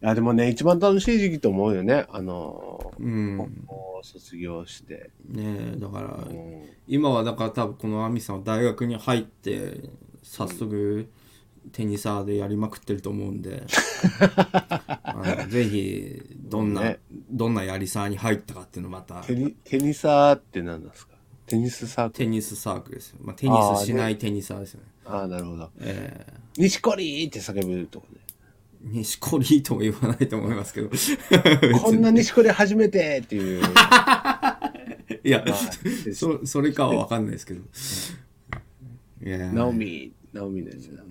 [SPEAKER 1] いや、でもね、一番楽しい時期と思うよね。あのー、
[SPEAKER 2] うん。
[SPEAKER 1] もう卒業して。
[SPEAKER 2] ねえ、だから、
[SPEAKER 1] うん
[SPEAKER 2] 今はだから多分このアミさんは大学に入って、早速、テニサーでやりまくってると思う
[SPEAKER 1] [laughs]
[SPEAKER 2] んで、あのぜひ、どんな、
[SPEAKER 1] ね
[SPEAKER 2] どんなやりサーに入ったかっていうのまた、
[SPEAKER 1] テニ、テニサーって何なんですかテニスサークル。
[SPEAKER 2] テニスサークルですよ。まあ、テニスしないテニサーですよね。
[SPEAKER 1] ああ、なるほど。
[SPEAKER 2] え
[SPEAKER 1] 西コリーって叫ぶとこね。
[SPEAKER 2] ー、西コリとも言わないと思いますけど。
[SPEAKER 1] こんな西コリ初めてっていう。
[SPEAKER 2] [laughs] いや、そそれかは分かんないです
[SPEAKER 1] [laughs]
[SPEAKER 2] けど。いや
[SPEAKER 1] [laughs] ナオ
[SPEAKER 2] ー
[SPEAKER 1] ミ、ナオミのやつだ。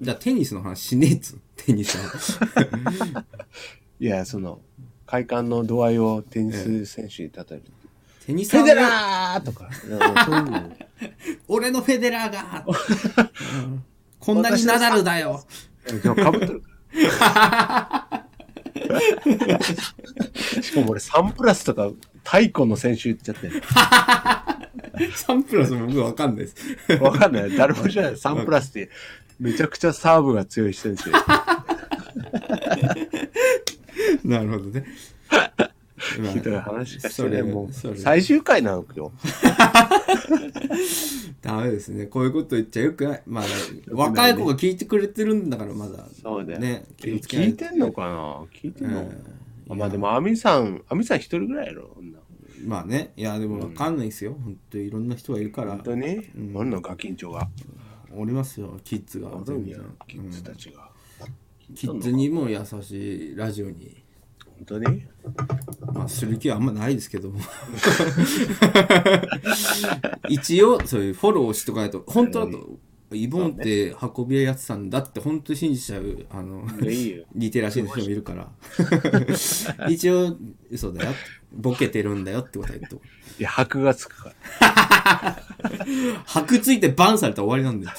[SPEAKER 2] じゃあテニスの話しねえっつうテニスは。
[SPEAKER 1] [laughs] いや、その、快感の度合いをテニス選手に例える。
[SPEAKER 2] テニス
[SPEAKER 1] フェデ
[SPEAKER 2] は
[SPEAKER 1] ラーとか。うんそういうの
[SPEAKER 2] 俺のフェデラーが、 [laughs] うんこんなにナダルだよ。
[SPEAKER 1] でもかぶってるから。しかも俺サンプラスとか太古の選手言っちゃってる
[SPEAKER 2] サン [laughs] プラスも僕分かんないです。 [laughs]
[SPEAKER 1] わかんない。誰も知らない。サンプラスってめちゃくちゃサーブが強い選手。
[SPEAKER 2] なるほどね。まあ
[SPEAKER 1] [laughs] ひどい話だし
[SPEAKER 2] そ
[SPEAKER 1] ね。
[SPEAKER 2] れ
[SPEAKER 1] も
[SPEAKER 2] そうれ
[SPEAKER 1] 最終回なのよ。
[SPEAKER 2] ダメですね。こういうこと言っちゃよくない。まあ、若い子が聞いてくれてるんだから、まだ。
[SPEAKER 1] そうだよ
[SPEAKER 2] ね。気をつけな
[SPEAKER 1] 聞
[SPEAKER 2] い
[SPEAKER 1] いてんのかな聞いてんの、
[SPEAKER 2] うん
[SPEAKER 1] あまあでもアミさん、アミさん一人ぐらいやろ。女
[SPEAKER 2] まあね。いや、でも分かんないですよ。本当いろんな人がいるから
[SPEAKER 1] 本。当に、俺のガキンチョが。
[SPEAKER 2] おりますよ、キッズが。
[SPEAKER 1] 俺
[SPEAKER 2] 全
[SPEAKER 1] みたいな
[SPEAKER 2] 然
[SPEAKER 1] キッズたちが。
[SPEAKER 2] キッズにも優しいラジオに。
[SPEAKER 1] 本当に
[SPEAKER 2] まあ、する気はあんまないですけども一応そういうフォローしとかないと本当だとイボンって運び屋やってたんだって本当に信じちゃうあの
[SPEAKER 1] いやいいよ
[SPEAKER 2] リテラシーの人もいるから一応嘘だよボケてるんだよってことは言っとこう
[SPEAKER 1] いや、箔がつくから。
[SPEAKER 2] 箔ついてバンされたら終わりなん
[SPEAKER 1] [laughs]
[SPEAKER 2] だよ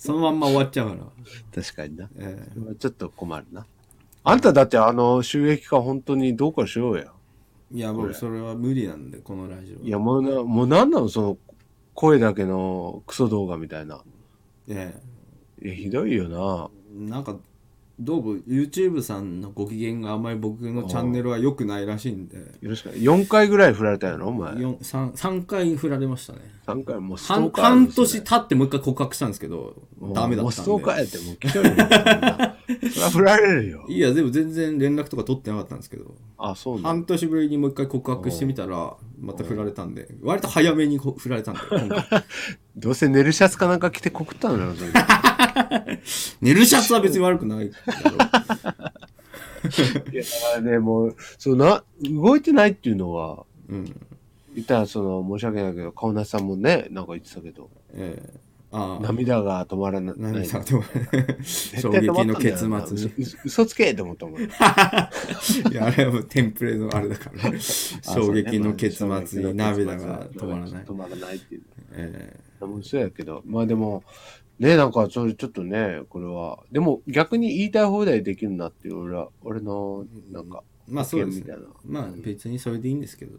[SPEAKER 2] そのまんま終わっちゃうから、
[SPEAKER 1] 確かにな。
[SPEAKER 2] ええ
[SPEAKER 1] それはちょっと困るな。あんただってあの収益化本当にどうかしようや。
[SPEAKER 2] いや僕それは無理なんでこのラジオ
[SPEAKER 1] いやもうな、もうなんなのその声だけのクソ動画みたいな。
[SPEAKER 2] ええ
[SPEAKER 1] いや、ひどいよな。
[SPEAKER 2] なんかどうも YouTube さんのご機嫌があんまり僕のチャンネルは良くないらしいんで
[SPEAKER 1] よろしく。4回ぐらい振られたやろ、お前。
[SPEAKER 2] 3, 三回振られましたね
[SPEAKER 1] 3回もうストー
[SPEAKER 2] 半
[SPEAKER 1] カー
[SPEAKER 2] 半
[SPEAKER 1] ですね、
[SPEAKER 2] 年経ってもう一回告白したんですけど
[SPEAKER 1] もう
[SPEAKER 2] ダメだ
[SPEAKER 1] もう
[SPEAKER 2] っ
[SPEAKER 1] ス
[SPEAKER 2] た
[SPEAKER 1] ト
[SPEAKER 2] ん
[SPEAKER 1] ーカー
[SPEAKER 2] で
[SPEAKER 1] やって、もう来ちょいよ。そんな [laughs] そりゃ振られるよ。
[SPEAKER 2] いやでも全然連絡とか取ってなかったんですけど
[SPEAKER 1] あ、そうなん
[SPEAKER 2] 半年ぶりにもう一回告白してみたらまた振られたんで割と早めにこ振ら
[SPEAKER 1] [laughs]
[SPEAKER 2] れたんで今回
[SPEAKER 1] どうせ寝るシャツかなんか着て告ったんだろ、それ
[SPEAKER 2] 寝るシャツは別に悪くな
[SPEAKER 1] [laughs]
[SPEAKER 2] いだろう
[SPEAKER 1] いや、だからね、もう、そうな、動いてないっていうのは、
[SPEAKER 2] うん
[SPEAKER 1] 言ったらその、申し訳ないけど、顔なしさんもね、なんか言ってたけど、
[SPEAKER 2] ええああ
[SPEAKER 1] 涙が止まらない。
[SPEAKER 2] 何さでも
[SPEAKER 1] [laughs]
[SPEAKER 2] 衝
[SPEAKER 1] 絶対止ま
[SPEAKER 2] 撃
[SPEAKER 1] ったん
[SPEAKER 2] の
[SPEAKER 1] だよ
[SPEAKER 2] 結
[SPEAKER 1] な
[SPEAKER 2] 末に
[SPEAKER 1] 嘘嘘つけと思ったもん。
[SPEAKER 2] いや、あれはもうテンプレのあれだから、衝撃の結末に涙が止まらない。
[SPEAKER 1] 止まらないっていう。
[SPEAKER 2] え
[SPEAKER 1] でも嘘やけど、まあでも、ね、なんか、それちょっとね、これは、でも逆に言いたい放題できるなっていう、俺は、俺の、なんか、
[SPEAKER 2] ーまあそうです
[SPEAKER 1] 意見み
[SPEAKER 2] ね
[SPEAKER 1] たいな。
[SPEAKER 2] まあ別にそれでいいんですけど、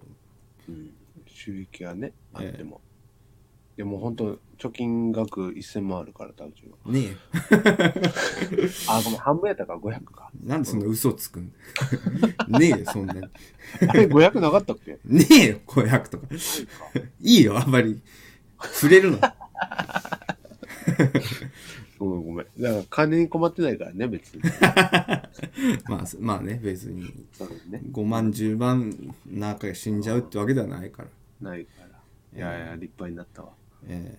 [SPEAKER 1] 収益がね、あっ
[SPEAKER 2] ええ
[SPEAKER 1] ても。でも本当貯金額1000万あるから、多分。
[SPEAKER 2] ねえ、
[SPEAKER 1] あ、ごめん、半分やったから500か。 [laughs]
[SPEAKER 2] なんでそんな嘘つくん [laughs] だねえよ、そんなに。
[SPEAKER 1] あれ、500なかったっけ
[SPEAKER 2] ねえよ、500とか。いいよ、あんまり。触れるな。
[SPEAKER 1] ごめん、ごめん。だから、金に困ってないからね、別に。
[SPEAKER 2] まあ、そまあね、別に。
[SPEAKER 1] 多分ね。
[SPEAKER 2] 5万、10万、なんか死んじゃうってわけではないから。
[SPEAKER 1] ないから。いやいや、立派になったわ。
[SPEAKER 2] え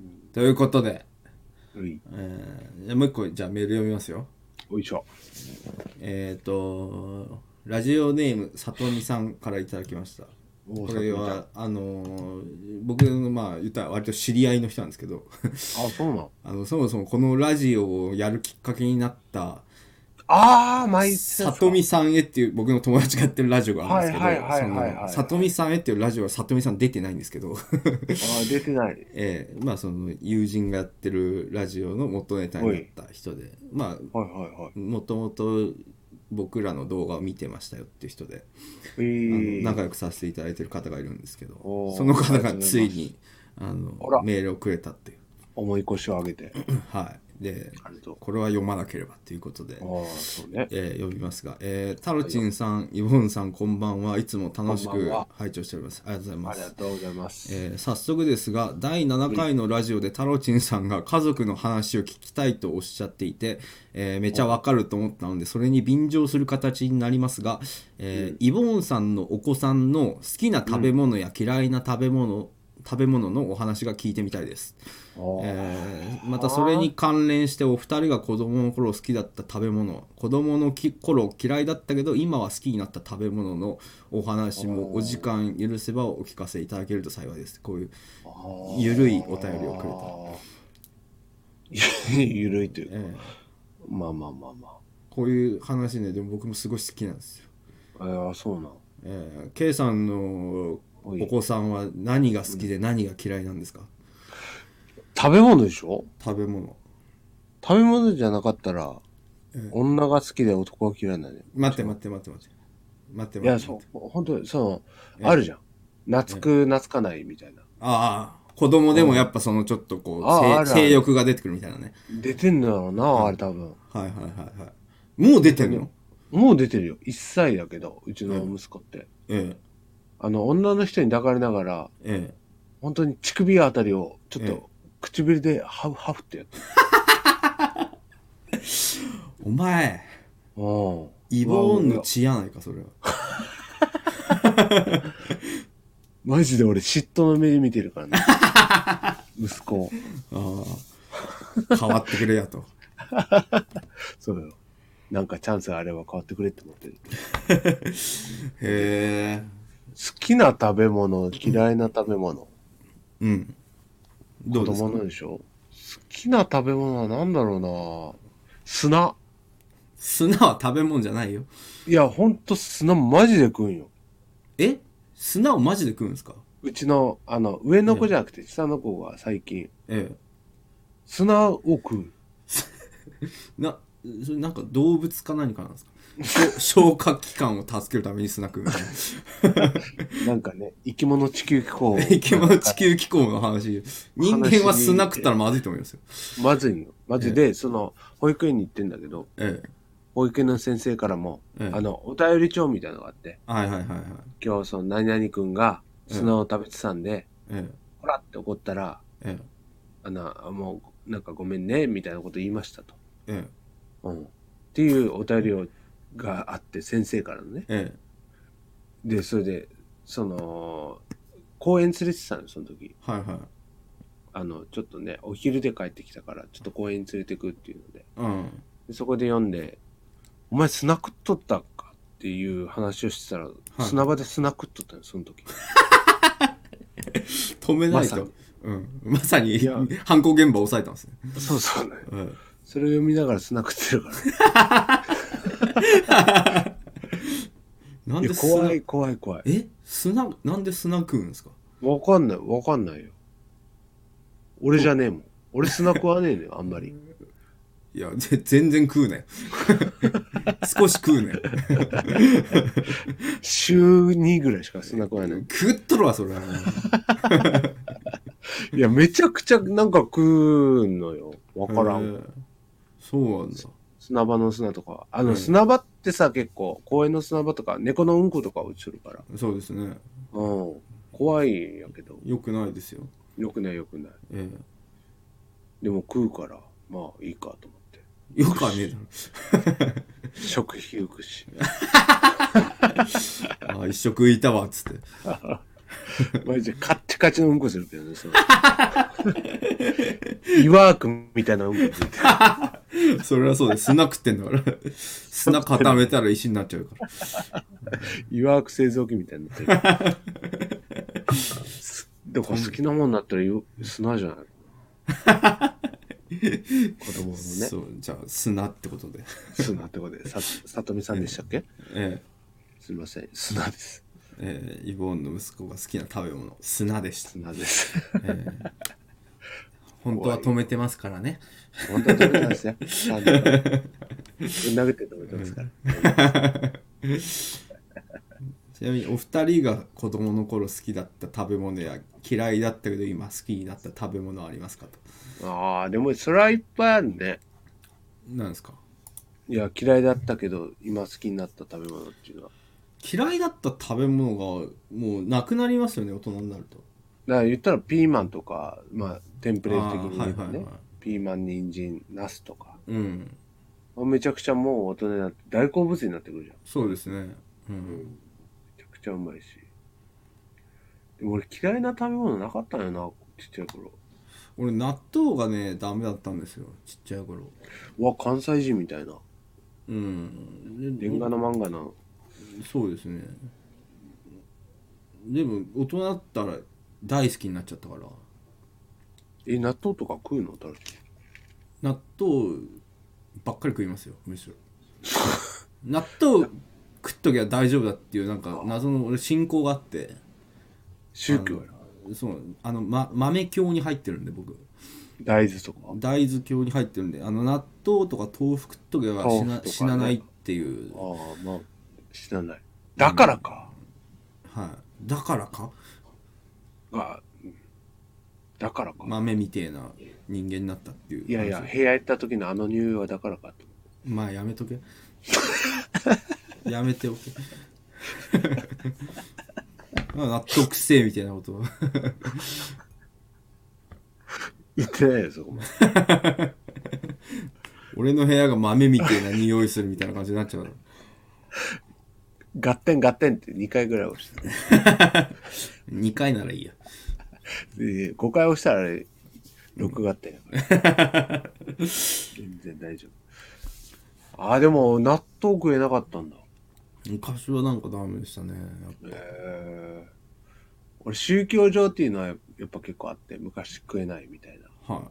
[SPEAKER 2] えということで、
[SPEAKER 1] うい、
[SPEAKER 2] えーじゃあもう一個、じゃあメール読みますよ。
[SPEAKER 1] おいしょ。
[SPEAKER 2] えっ、と、ラジオネーム、さとみさんからいただきました。
[SPEAKER 1] お
[SPEAKER 2] こ
[SPEAKER 1] ー
[SPEAKER 2] れは、あのー僕の、まあ、言ったら割と知り合いの人なんですけど、 [laughs]
[SPEAKER 1] あ、そうなの
[SPEAKER 2] あの、そもそもこのラジオをやるきっかけになった、
[SPEAKER 1] ああ、毎日。
[SPEAKER 2] さとみさんへっていう僕の友達がやってるラジオがあるんです
[SPEAKER 1] は
[SPEAKER 2] け
[SPEAKER 1] いはいはいはいはい
[SPEAKER 2] ど、さとみさんへっていうラジオはさとみさん出てないんですけど、
[SPEAKER 1] あ
[SPEAKER 2] [laughs]
[SPEAKER 1] ー出てない。
[SPEAKER 2] ええまあその友人がやってるラジオの元ネタになった人で、まあ、
[SPEAKER 1] はいはいはい。
[SPEAKER 2] もともと僕らの動画を見てましたよっていう人で、
[SPEAKER 1] え
[SPEAKER 2] あの
[SPEAKER 1] ー、
[SPEAKER 2] 仲良くさせていただいてる方がいるんですけど
[SPEAKER 1] おー
[SPEAKER 2] その方がついにあの
[SPEAKER 1] ら
[SPEAKER 2] メールをくれたっていう、
[SPEAKER 1] 重い腰を上げて。
[SPEAKER 2] はい、で、
[SPEAKER 1] ありがとう。
[SPEAKER 2] これは読まなければということで、
[SPEAKER 1] ああ、そうね。
[SPEAKER 2] えー呼びますが、えー、タロチンさん、イボンさん、こんばんは。いつも楽し
[SPEAKER 1] こん
[SPEAKER 2] く
[SPEAKER 1] ばんは
[SPEAKER 2] 拝聴しております。ありがとうご
[SPEAKER 1] あり
[SPEAKER 2] ざいま
[SPEAKER 1] が
[SPEAKER 2] す。
[SPEAKER 1] とうございます。
[SPEAKER 2] えー早速ですが第7回のラジオでタロチンさんが家族の話を聞きたいとおっしゃっていて、えーめちゃわかると思ったのでそれに便乗する形になりますが、えーイボーンさんのお子さんの好きな食べ物や嫌いな食べ物、食べ物のお話が聞いてみたいです、えーまたそれに関連してお二人が子供の頃好きだった食べ物子供のき頃嫌いだったけど今は好きになった食べ物のお話もお時間許せばお聞かせいただけると幸いですこういうゆるいお便りをくれた、
[SPEAKER 1] ゆるいというか、
[SPEAKER 2] ええ
[SPEAKER 1] まあまあまあま
[SPEAKER 2] こういう話ねでも僕もすごい好きなんですよ、
[SPEAKER 1] あ。ああ、そうな。
[SPEAKER 2] ええ K さんの
[SPEAKER 1] おい
[SPEAKER 2] お子さんは何が好きで何が嫌いなんですか
[SPEAKER 1] 食べ物でしょ
[SPEAKER 2] 食べ物
[SPEAKER 1] 食べ物じゃなかったら
[SPEAKER 2] うん、
[SPEAKER 1] 女が好きで男は嫌いなんだよ。
[SPEAKER 2] 待って待って待って待って待っ
[SPEAKER 1] い
[SPEAKER 2] て
[SPEAKER 1] や、
[SPEAKER 2] 待って
[SPEAKER 1] そ
[SPEAKER 2] 待って
[SPEAKER 1] う、本当に、そ
[SPEAKER 2] ええ
[SPEAKER 1] の、あるじゃん。懐く、懐かないみたいな。
[SPEAKER 2] ああ子供でもやっぱそのちょっとこう
[SPEAKER 1] ああ
[SPEAKER 2] 性
[SPEAKER 1] あるある
[SPEAKER 2] 性欲が出てくるみたいなね
[SPEAKER 1] 出てんだろうな、あれ多分。
[SPEAKER 2] はいはいはいはいもう出てんの
[SPEAKER 1] もう出てるよ。1歳だけど、うちの息子って。
[SPEAKER 2] え
[SPEAKER 1] あの、女の人に抱かれながら、
[SPEAKER 2] ええ
[SPEAKER 1] 本当に乳首あたりを、ちょっ
[SPEAKER 2] ええ
[SPEAKER 1] と、唇でハフハフってやってる。
[SPEAKER 2] えお前
[SPEAKER 1] うん。
[SPEAKER 2] イボーンの血やないかそれは
[SPEAKER 1] マジで俺嫉妬の目で見てるから
[SPEAKER 2] [laughs]
[SPEAKER 1] ね。息子を。
[SPEAKER 2] ああ変わってくれやと
[SPEAKER 1] そうよ。なんかチャンスがあれば変わってくれって思ってる。好
[SPEAKER 2] へえ
[SPEAKER 1] きな食べ物、嫌いな食べ物。
[SPEAKER 2] うんどう
[SPEAKER 1] 子
[SPEAKER 2] ですか
[SPEAKER 1] 供なんでしょ好きな食べ物は何だろうな砂。
[SPEAKER 2] 砂は食べ物じゃないよ
[SPEAKER 1] いや、ほんと砂マジで食うんよ。
[SPEAKER 2] え砂をマジで食うんですか
[SPEAKER 1] うちの、あの、上の子じゃなくて下の子が最近、
[SPEAKER 2] ええ
[SPEAKER 1] 砂を食う。
[SPEAKER 2] なそれなんか動物か何かなんですかし [laughs] ょ消化器官を助けるために砂食うんですか
[SPEAKER 1] なんかね、生き物地球気候
[SPEAKER 2] [laughs] 生き物地球気候の話人間は砂食ったらまずいと思いますよ
[SPEAKER 1] まずいの。まずいで、その、保育園に行ってんだけど、
[SPEAKER 2] ええ
[SPEAKER 1] 保育園の先生からも、
[SPEAKER 2] ええ
[SPEAKER 1] あの、お便り帳みたいなのがあって、
[SPEAKER 2] はいはいはいはい
[SPEAKER 1] 今日その何々くんが砂を食べてたんで、
[SPEAKER 2] え
[SPEAKER 1] ほらって怒ったら、
[SPEAKER 2] ええ
[SPEAKER 1] あの、もう、なんかごめんね、みたいなこと言いましたと。
[SPEAKER 2] ええ
[SPEAKER 1] うん。っていうお便りをがあって、先生からのね。
[SPEAKER 2] ええ
[SPEAKER 1] で、それで、その、公園連れてたの、その時。
[SPEAKER 2] はいはい
[SPEAKER 1] あの、ちょっとね、お昼で帰ってきたから、ちょっと公園に連れてくっていうので。
[SPEAKER 2] うん
[SPEAKER 1] でそこで読んで、お前スナック取ったんかっていう話をしてたら、
[SPEAKER 2] い
[SPEAKER 1] 砂場でスナック取ったの、その
[SPEAKER 2] [laughs]
[SPEAKER 1] 時。
[SPEAKER 2] 止めない
[SPEAKER 1] まさ
[SPEAKER 2] と
[SPEAKER 1] に
[SPEAKER 2] うんまさに
[SPEAKER 1] や
[SPEAKER 2] 犯行現場を抑えたんですね
[SPEAKER 1] そうそう、ね。
[SPEAKER 2] え
[SPEAKER 1] それを読みながらスナック食ってるから。
[SPEAKER 2] えなん
[SPEAKER 1] い
[SPEAKER 2] で
[SPEAKER 1] や、
[SPEAKER 2] 砂
[SPEAKER 1] 怖い、怖い、怖い。
[SPEAKER 2] え砂なんで砂食うんですか
[SPEAKER 1] わかんない、わかんないよ。俺じゃねえもん。俺砂食わねえのよ、あんまり。
[SPEAKER 2] いやぜ全然食うね [laughs] 少し [laughs] 食うね
[SPEAKER 1] 週2ぐらいしか砂食わない。
[SPEAKER 2] 食っとるわそれはい
[SPEAKER 1] や、めちゃくちゃなんか食うのよ。わからん。
[SPEAKER 2] ええそうなんだ
[SPEAKER 1] 砂場の砂とか。あ
[SPEAKER 2] う
[SPEAKER 1] の、
[SPEAKER 2] ん
[SPEAKER 1] 砂場ってさ、結構、公園の砂場とか、猫のうんことか落ちてるから。
[SPEAKER 2] そうですね
[SPEAKER 1] うん。怖いんやけど。
[SPEAKER 2] よくないですよ
[SPEAKER 1] よくない、よくない。
[SPEAKER 2] え
[SPEAKER 1] でも食うから、まあいいかと思
[SPEAKER 2] [laughs]
[SPEAKER 1] って。
[SPEAKER 2] えよくはねえだろ
[SPEAKER 1] 食費浮くし。
[SPEAKER 2] あー一食いたわっつって
[SPEAKER 1] マジでカッチカチのうんこするけどね、その。 [laughs] イワークみたいなうんこついてる。
[SPEAKER 2] それはそうです砂食ってん
[SPEAKER 1] [laughs]
[SPEAKER 2] だから砂固めたら石になっちゃうから
[SPEAKER 1] イワーク製造機みたいになってる。
[SPEAKER 2] [laughs]
[SPEAKER 1] だから好きなもんだったらよ砂じゃない子供のね、
[SPEAKER 2] そうじゃあ砂ってことで
[SPEAKER 1] 砂ってことで、さ、さとみさんでしたっけ
[SPEAKER 2] え
[SPEAKER 1] すみません、砂です。
[SPEAKER 2] えええイボーンの息子が好きな食べ物砂でした、
[SPEAKER 1] 砂です。
[SPEAKER 2] ええ本当は止めてますからね
[SPEAKER 1] 本当は食べたんですよ。砂で
[SPEAKER 2] [laughs]
[SPEAKER 1] 投げて食べてますから。
[SPEAKER 2] ちなみにお二人が子供の頃好きだった食べ物や嫌いだったけど今好きになった食べ物はありますかと。
[SPEAKER 1] ああ、でもそれはいっぱいあるね。
[SPEAKER 2] なんですか
[SPEAKER 1] いや、嫌いだったけど、今好きになった食べ物っていうのは。
[SPEAKER 2] 嫌いだった食べ物がもうなくなりますよね大人になると。
[SPEAKER 1] だから言ったらピーマンとか、まあ、テンプレート的に言えばね、
[SPEAKER 2] あーはいはいはい
[SPEAKER 1] ピーマン、人参、ナスとか。
[SPEAKER 2] うん。
[SPEAKER 1] めちゃくちゃもう大人になって、大好物になってくるじゃん。
[SPEAKER 2] そうですね。うん。
[SPEAKER 1] めちゃくちゃうまいし。でも俺嫌いな食べ物なかったんよな、ちっちゃい頃。
[SPEAKER 2] 俺納豆がねダメだったんですよちっちゃい頃。
[SPEAKER 1] うわ、関西人みたいな。
[SPEAKER 2] うん。
[SPEAKER 1] レンガの漫画な。
[SPEAKER 2] そうですねでも大人だったら大好きになっちゃったから
[SPEAKER 1] え、納豆とか食うのタロチ
[SPEAKER 2] 納豆ばっかり食いますよむ
[SPEAKER 1] [laughs]
[SPEAKER 2] しろ納豆食っときゃ大丈夫だっていうなんか謎の俺信仰があって
[SPEAKER 1] 宗教やな。
[SPEAKER 2] あのそうあの、ま、豆教に入ってるんで僕
[SPEAKER 1] 大豆とか。
[SPEAKER 2] 大豆教に入ってるんであの納豆とか豆腐食っときゃ死な,、
[SPEAKER 1] 豆腐とかね
[SPEAKER 2] 死なないっていう
[SPEAKER 1] ああ、まあ、知らない。だからか。
[SPEAKER 2] はいだからか
[SPEAKER 1] が、うんだからか。
[SPEAKER 2] 豆みてえな人間になったっていう
[SPEAKER 1] いやいや、部屋行った時のあの匂いはだからかと。
[SPEAKER 2] まあやめとけやめておけ [laughs] まあ納得せえみたいなことは
[SPEAKER 1] 言ってないよ、そこまで。
[SPEAKER 2] 俺の部屋が豆みたいな匂いするみたいな感じになっちゃう
[SPEAKER 1] ガッテンガッテンって2回ぐらい押した。
[SPEAKER 2] 2回ならいいや
[SPEAKER 1] で5回押したらあれ、6ガッテンや [laughs] から。全然大丈夫。ああ、でも、納豆食えなかったんだ。
[SPEAKER 2] 昔はなんかダメでしたね
[SPEAKER 1] へえ。俺、宗教上っていうのはやっぱ結構あって、昔食えないみたいな。
[SPEAKER 2] は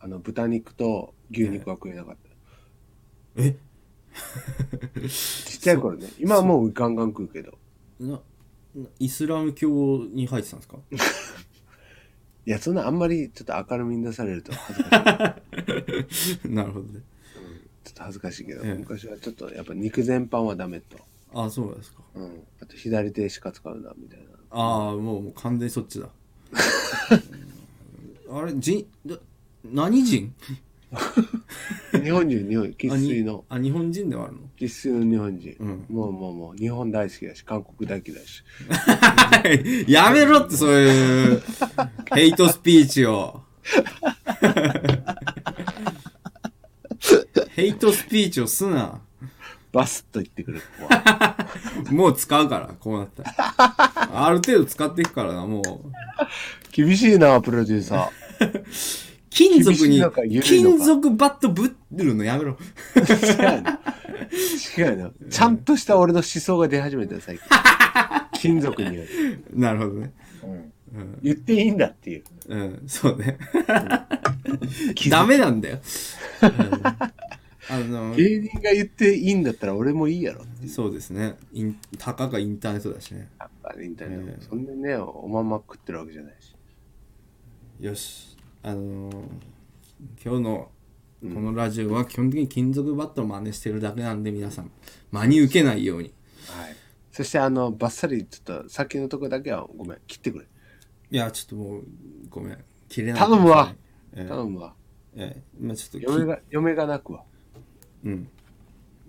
[SPEAKER 1] あの、豚肉と牛肉は食えなかった。
[SPEAKER 2] いえ
[SPEAKER 1] ちっちゃい頃ね。今はもうガンガン食うけど。
[SPEAKER 2] [laughs] ななイスラム教に入ってたんですか [laughs]
[SPEAKER 1] いや、そんなあんまりちょっと明るみに出されると恥ず
[SPEAKER 2] [laughs]
[SPEAKER 1] かしい。
[SPEAKER 2] なるほどね
[SPEAKER 1] ちょっと恥ずかしいけど、
[SPEAKER 2] ええ
[SPEAKER 1] 昔はちょっとやっぱ肉全般はダメと。
[SPEAKER 2] あそうなんですか
[SPEAKER 1] うん。あと左手しか使うな、みたいな。
[SPEAKER 2] ああもうもう完全にそっちだ [laughs] うんあれ人だ何人
[SPEAKER 1] 日本人、日本人、生粋の、
[SPEAKER 2] あにあ日本人ではあるの
[SPEAKER 1] 生粋の日本人。
[SPEAKER 2] うん
[SPEAKER 1] もうもうもう、日本大好きだし、韓国大嫌いだし。
[SPEAKER 2] [laughs] やめろって、そういう、ヘイトスピーチを。 [laughs] ヘイトスピーチをすな。
[SPEAKER 1] バスッと言ってくる、ここは。
[SPEAKER 2] もう使うから、こうなったら。ある程度使っていくからな、もう。
[SPEAKER 1] 厳しいな、プロデューサ
[SPEAKER 2] 金属
[SPEAKER 1] 厳しい
[SPEAKER 2] に
[SPEAKER 1] のか緩いの、か
[SPEAKER 2] 金属バットぶってるのやめろ。
[SPEAKER 1] ー。違うの。違うの。ちゃんとした俺の思想が出始めたよ、最近。金属による。
[SPEAKER 2] なるほどね。
[SPEAKER 1] 言っていいんだっていう。
[SPEAKER 2] うん、そうね。ダメなんだよ。うんあの、
[SPEAKER 1] 芸人が言っていいんだったら俺もいいやろっていう。
[SPEAKER 2] そうですね。インたかがインターネットだしね。
[SPEAKER 1] あれみたいな
[SPEAKER 2] ええ
[SPEAKER 1] そんでね、おまんま食ってるわけじゃないし。
[SPEAKER 2] よしあのー今日のこのラジオは基本的に金属バットを真似してるだけなんで皆さん真に受けないように
[SPEAKER 1] はい。そして、あの、ばっさり、ちょっと、先のとこだけは、ごめん、切ってくれ。
[SPEAKER 2] いやちょっともうごめん切れない
[SPEAKER 1] 頼むわ
[SPEAKER 2] えー
[SPEAKER 1] 頼むわ。
[SPEAKER 2] えーまあちょっと
[SPEAKER 1] 嫁が、嫁が泣くわ。
[SPEAKER 2] うん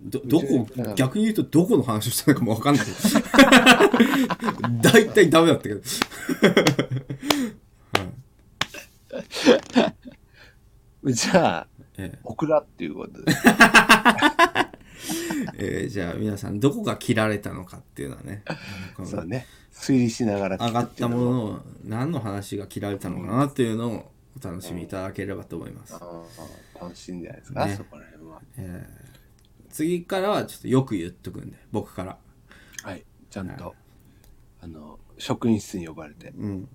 [SPEAKER 2] どどこ
[SPEAKER 1] うちの
[SPEAKER 2] 逆に言うとどこの話をしたのかも分
[SPEAKER 1] [laughs]
[SPEAKER 2] かんない大体ダメだったけど [laughs]
[SPEAKER 1] じゃあ、
[SPEAKER 2] えー
[SPEAKER 1] オクラっていうことで。
[SPEAKER 2] えーじゃあ皆さんどこが切られたのかっていうの
[SPEAKER 1] [laughs]
[SPEAKER 2] はね
[SPEAKER 1] そうね。推理しながら
[SPEAKER 2] 上がったも
[SPEAKER 1] の。
[SPEAKER 2] のの何の話が切られたのかなっていうのをお楽しみいただければと思います、
[SPEAKER 1] うん楽しいんじゃないですか、
[SPEAKER 2] ね
[SPEAKER 1] そこら辺は。
[SPEAKER 2] えー次からはちょっとよく言っとくんで僕から
[SPEAKER 1] はい。ちゃんと、あの、職員室に呼ばれて、
[SPEAKER 2] うん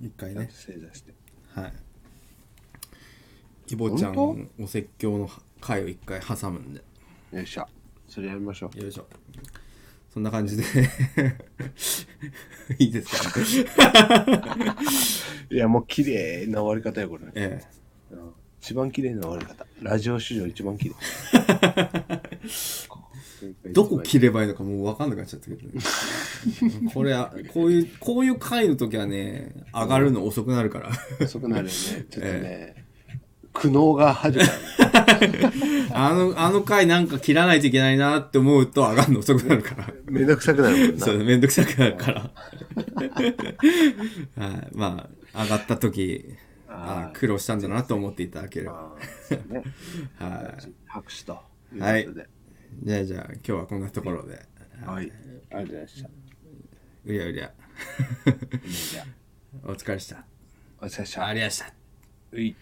[SPEAKER 2] 一回ね
[SPEAKER 1] 正座して。
[SPEAKER 2] はいイボちゃんのお説教の回を一回挟むんで
[SPEAKER 1] よいしょ。それやりましょう。
[SPEAKER 2] よいしょそんな感じで [laughs] いいですか、
[SPEAKER 1] いや、もう綺麗な終わり方よ、これ。
[SPEAKER 2] え
[SPEAKER 1] [laughs] うん一番綺麗な終わり方。ラジオ史上一番綺麗。
[SPEAKER 2] え [laughs] どこ切ればいいのかもう分かんなくなっちゃったけどね、これあこういうこういう回の時はね上がるの遅くなるから
[SPEAKER 1] 遅くなるよね。ちょっとね、苦悩が [laughs] 始まる。
[SPEAKER 2] あの、あの回なんか切らないといけないなって思うと上がるの遅くなるから。
[SPEAKER 1] めんどくさくなるもんな
[SPEAKER 2] そ。う、めんどくさくなる [laughs] から。はい、まあ、上がった時、ああ苦労したんだなと思っていただければ。
[SPEAKER 1] そうね
[SPEAKER 2] は
[SPEAKER 1] 拍手と。
[SPEAKER 2] い。はい
[SPEAKER 1] というこ。
[SPEAKER 2] じゃあじゃあ、今日はこんなところで。
[SPEAKER 1] とではい。ありがとうございました。
[SPEAKER 2] うりゃうりゃ。 [laughs] お疲れでした。
[SPEAKER 1] お疲れ様でした。
[SPEAKER 2] ありがとうございました。
[SPEAKER 1] うい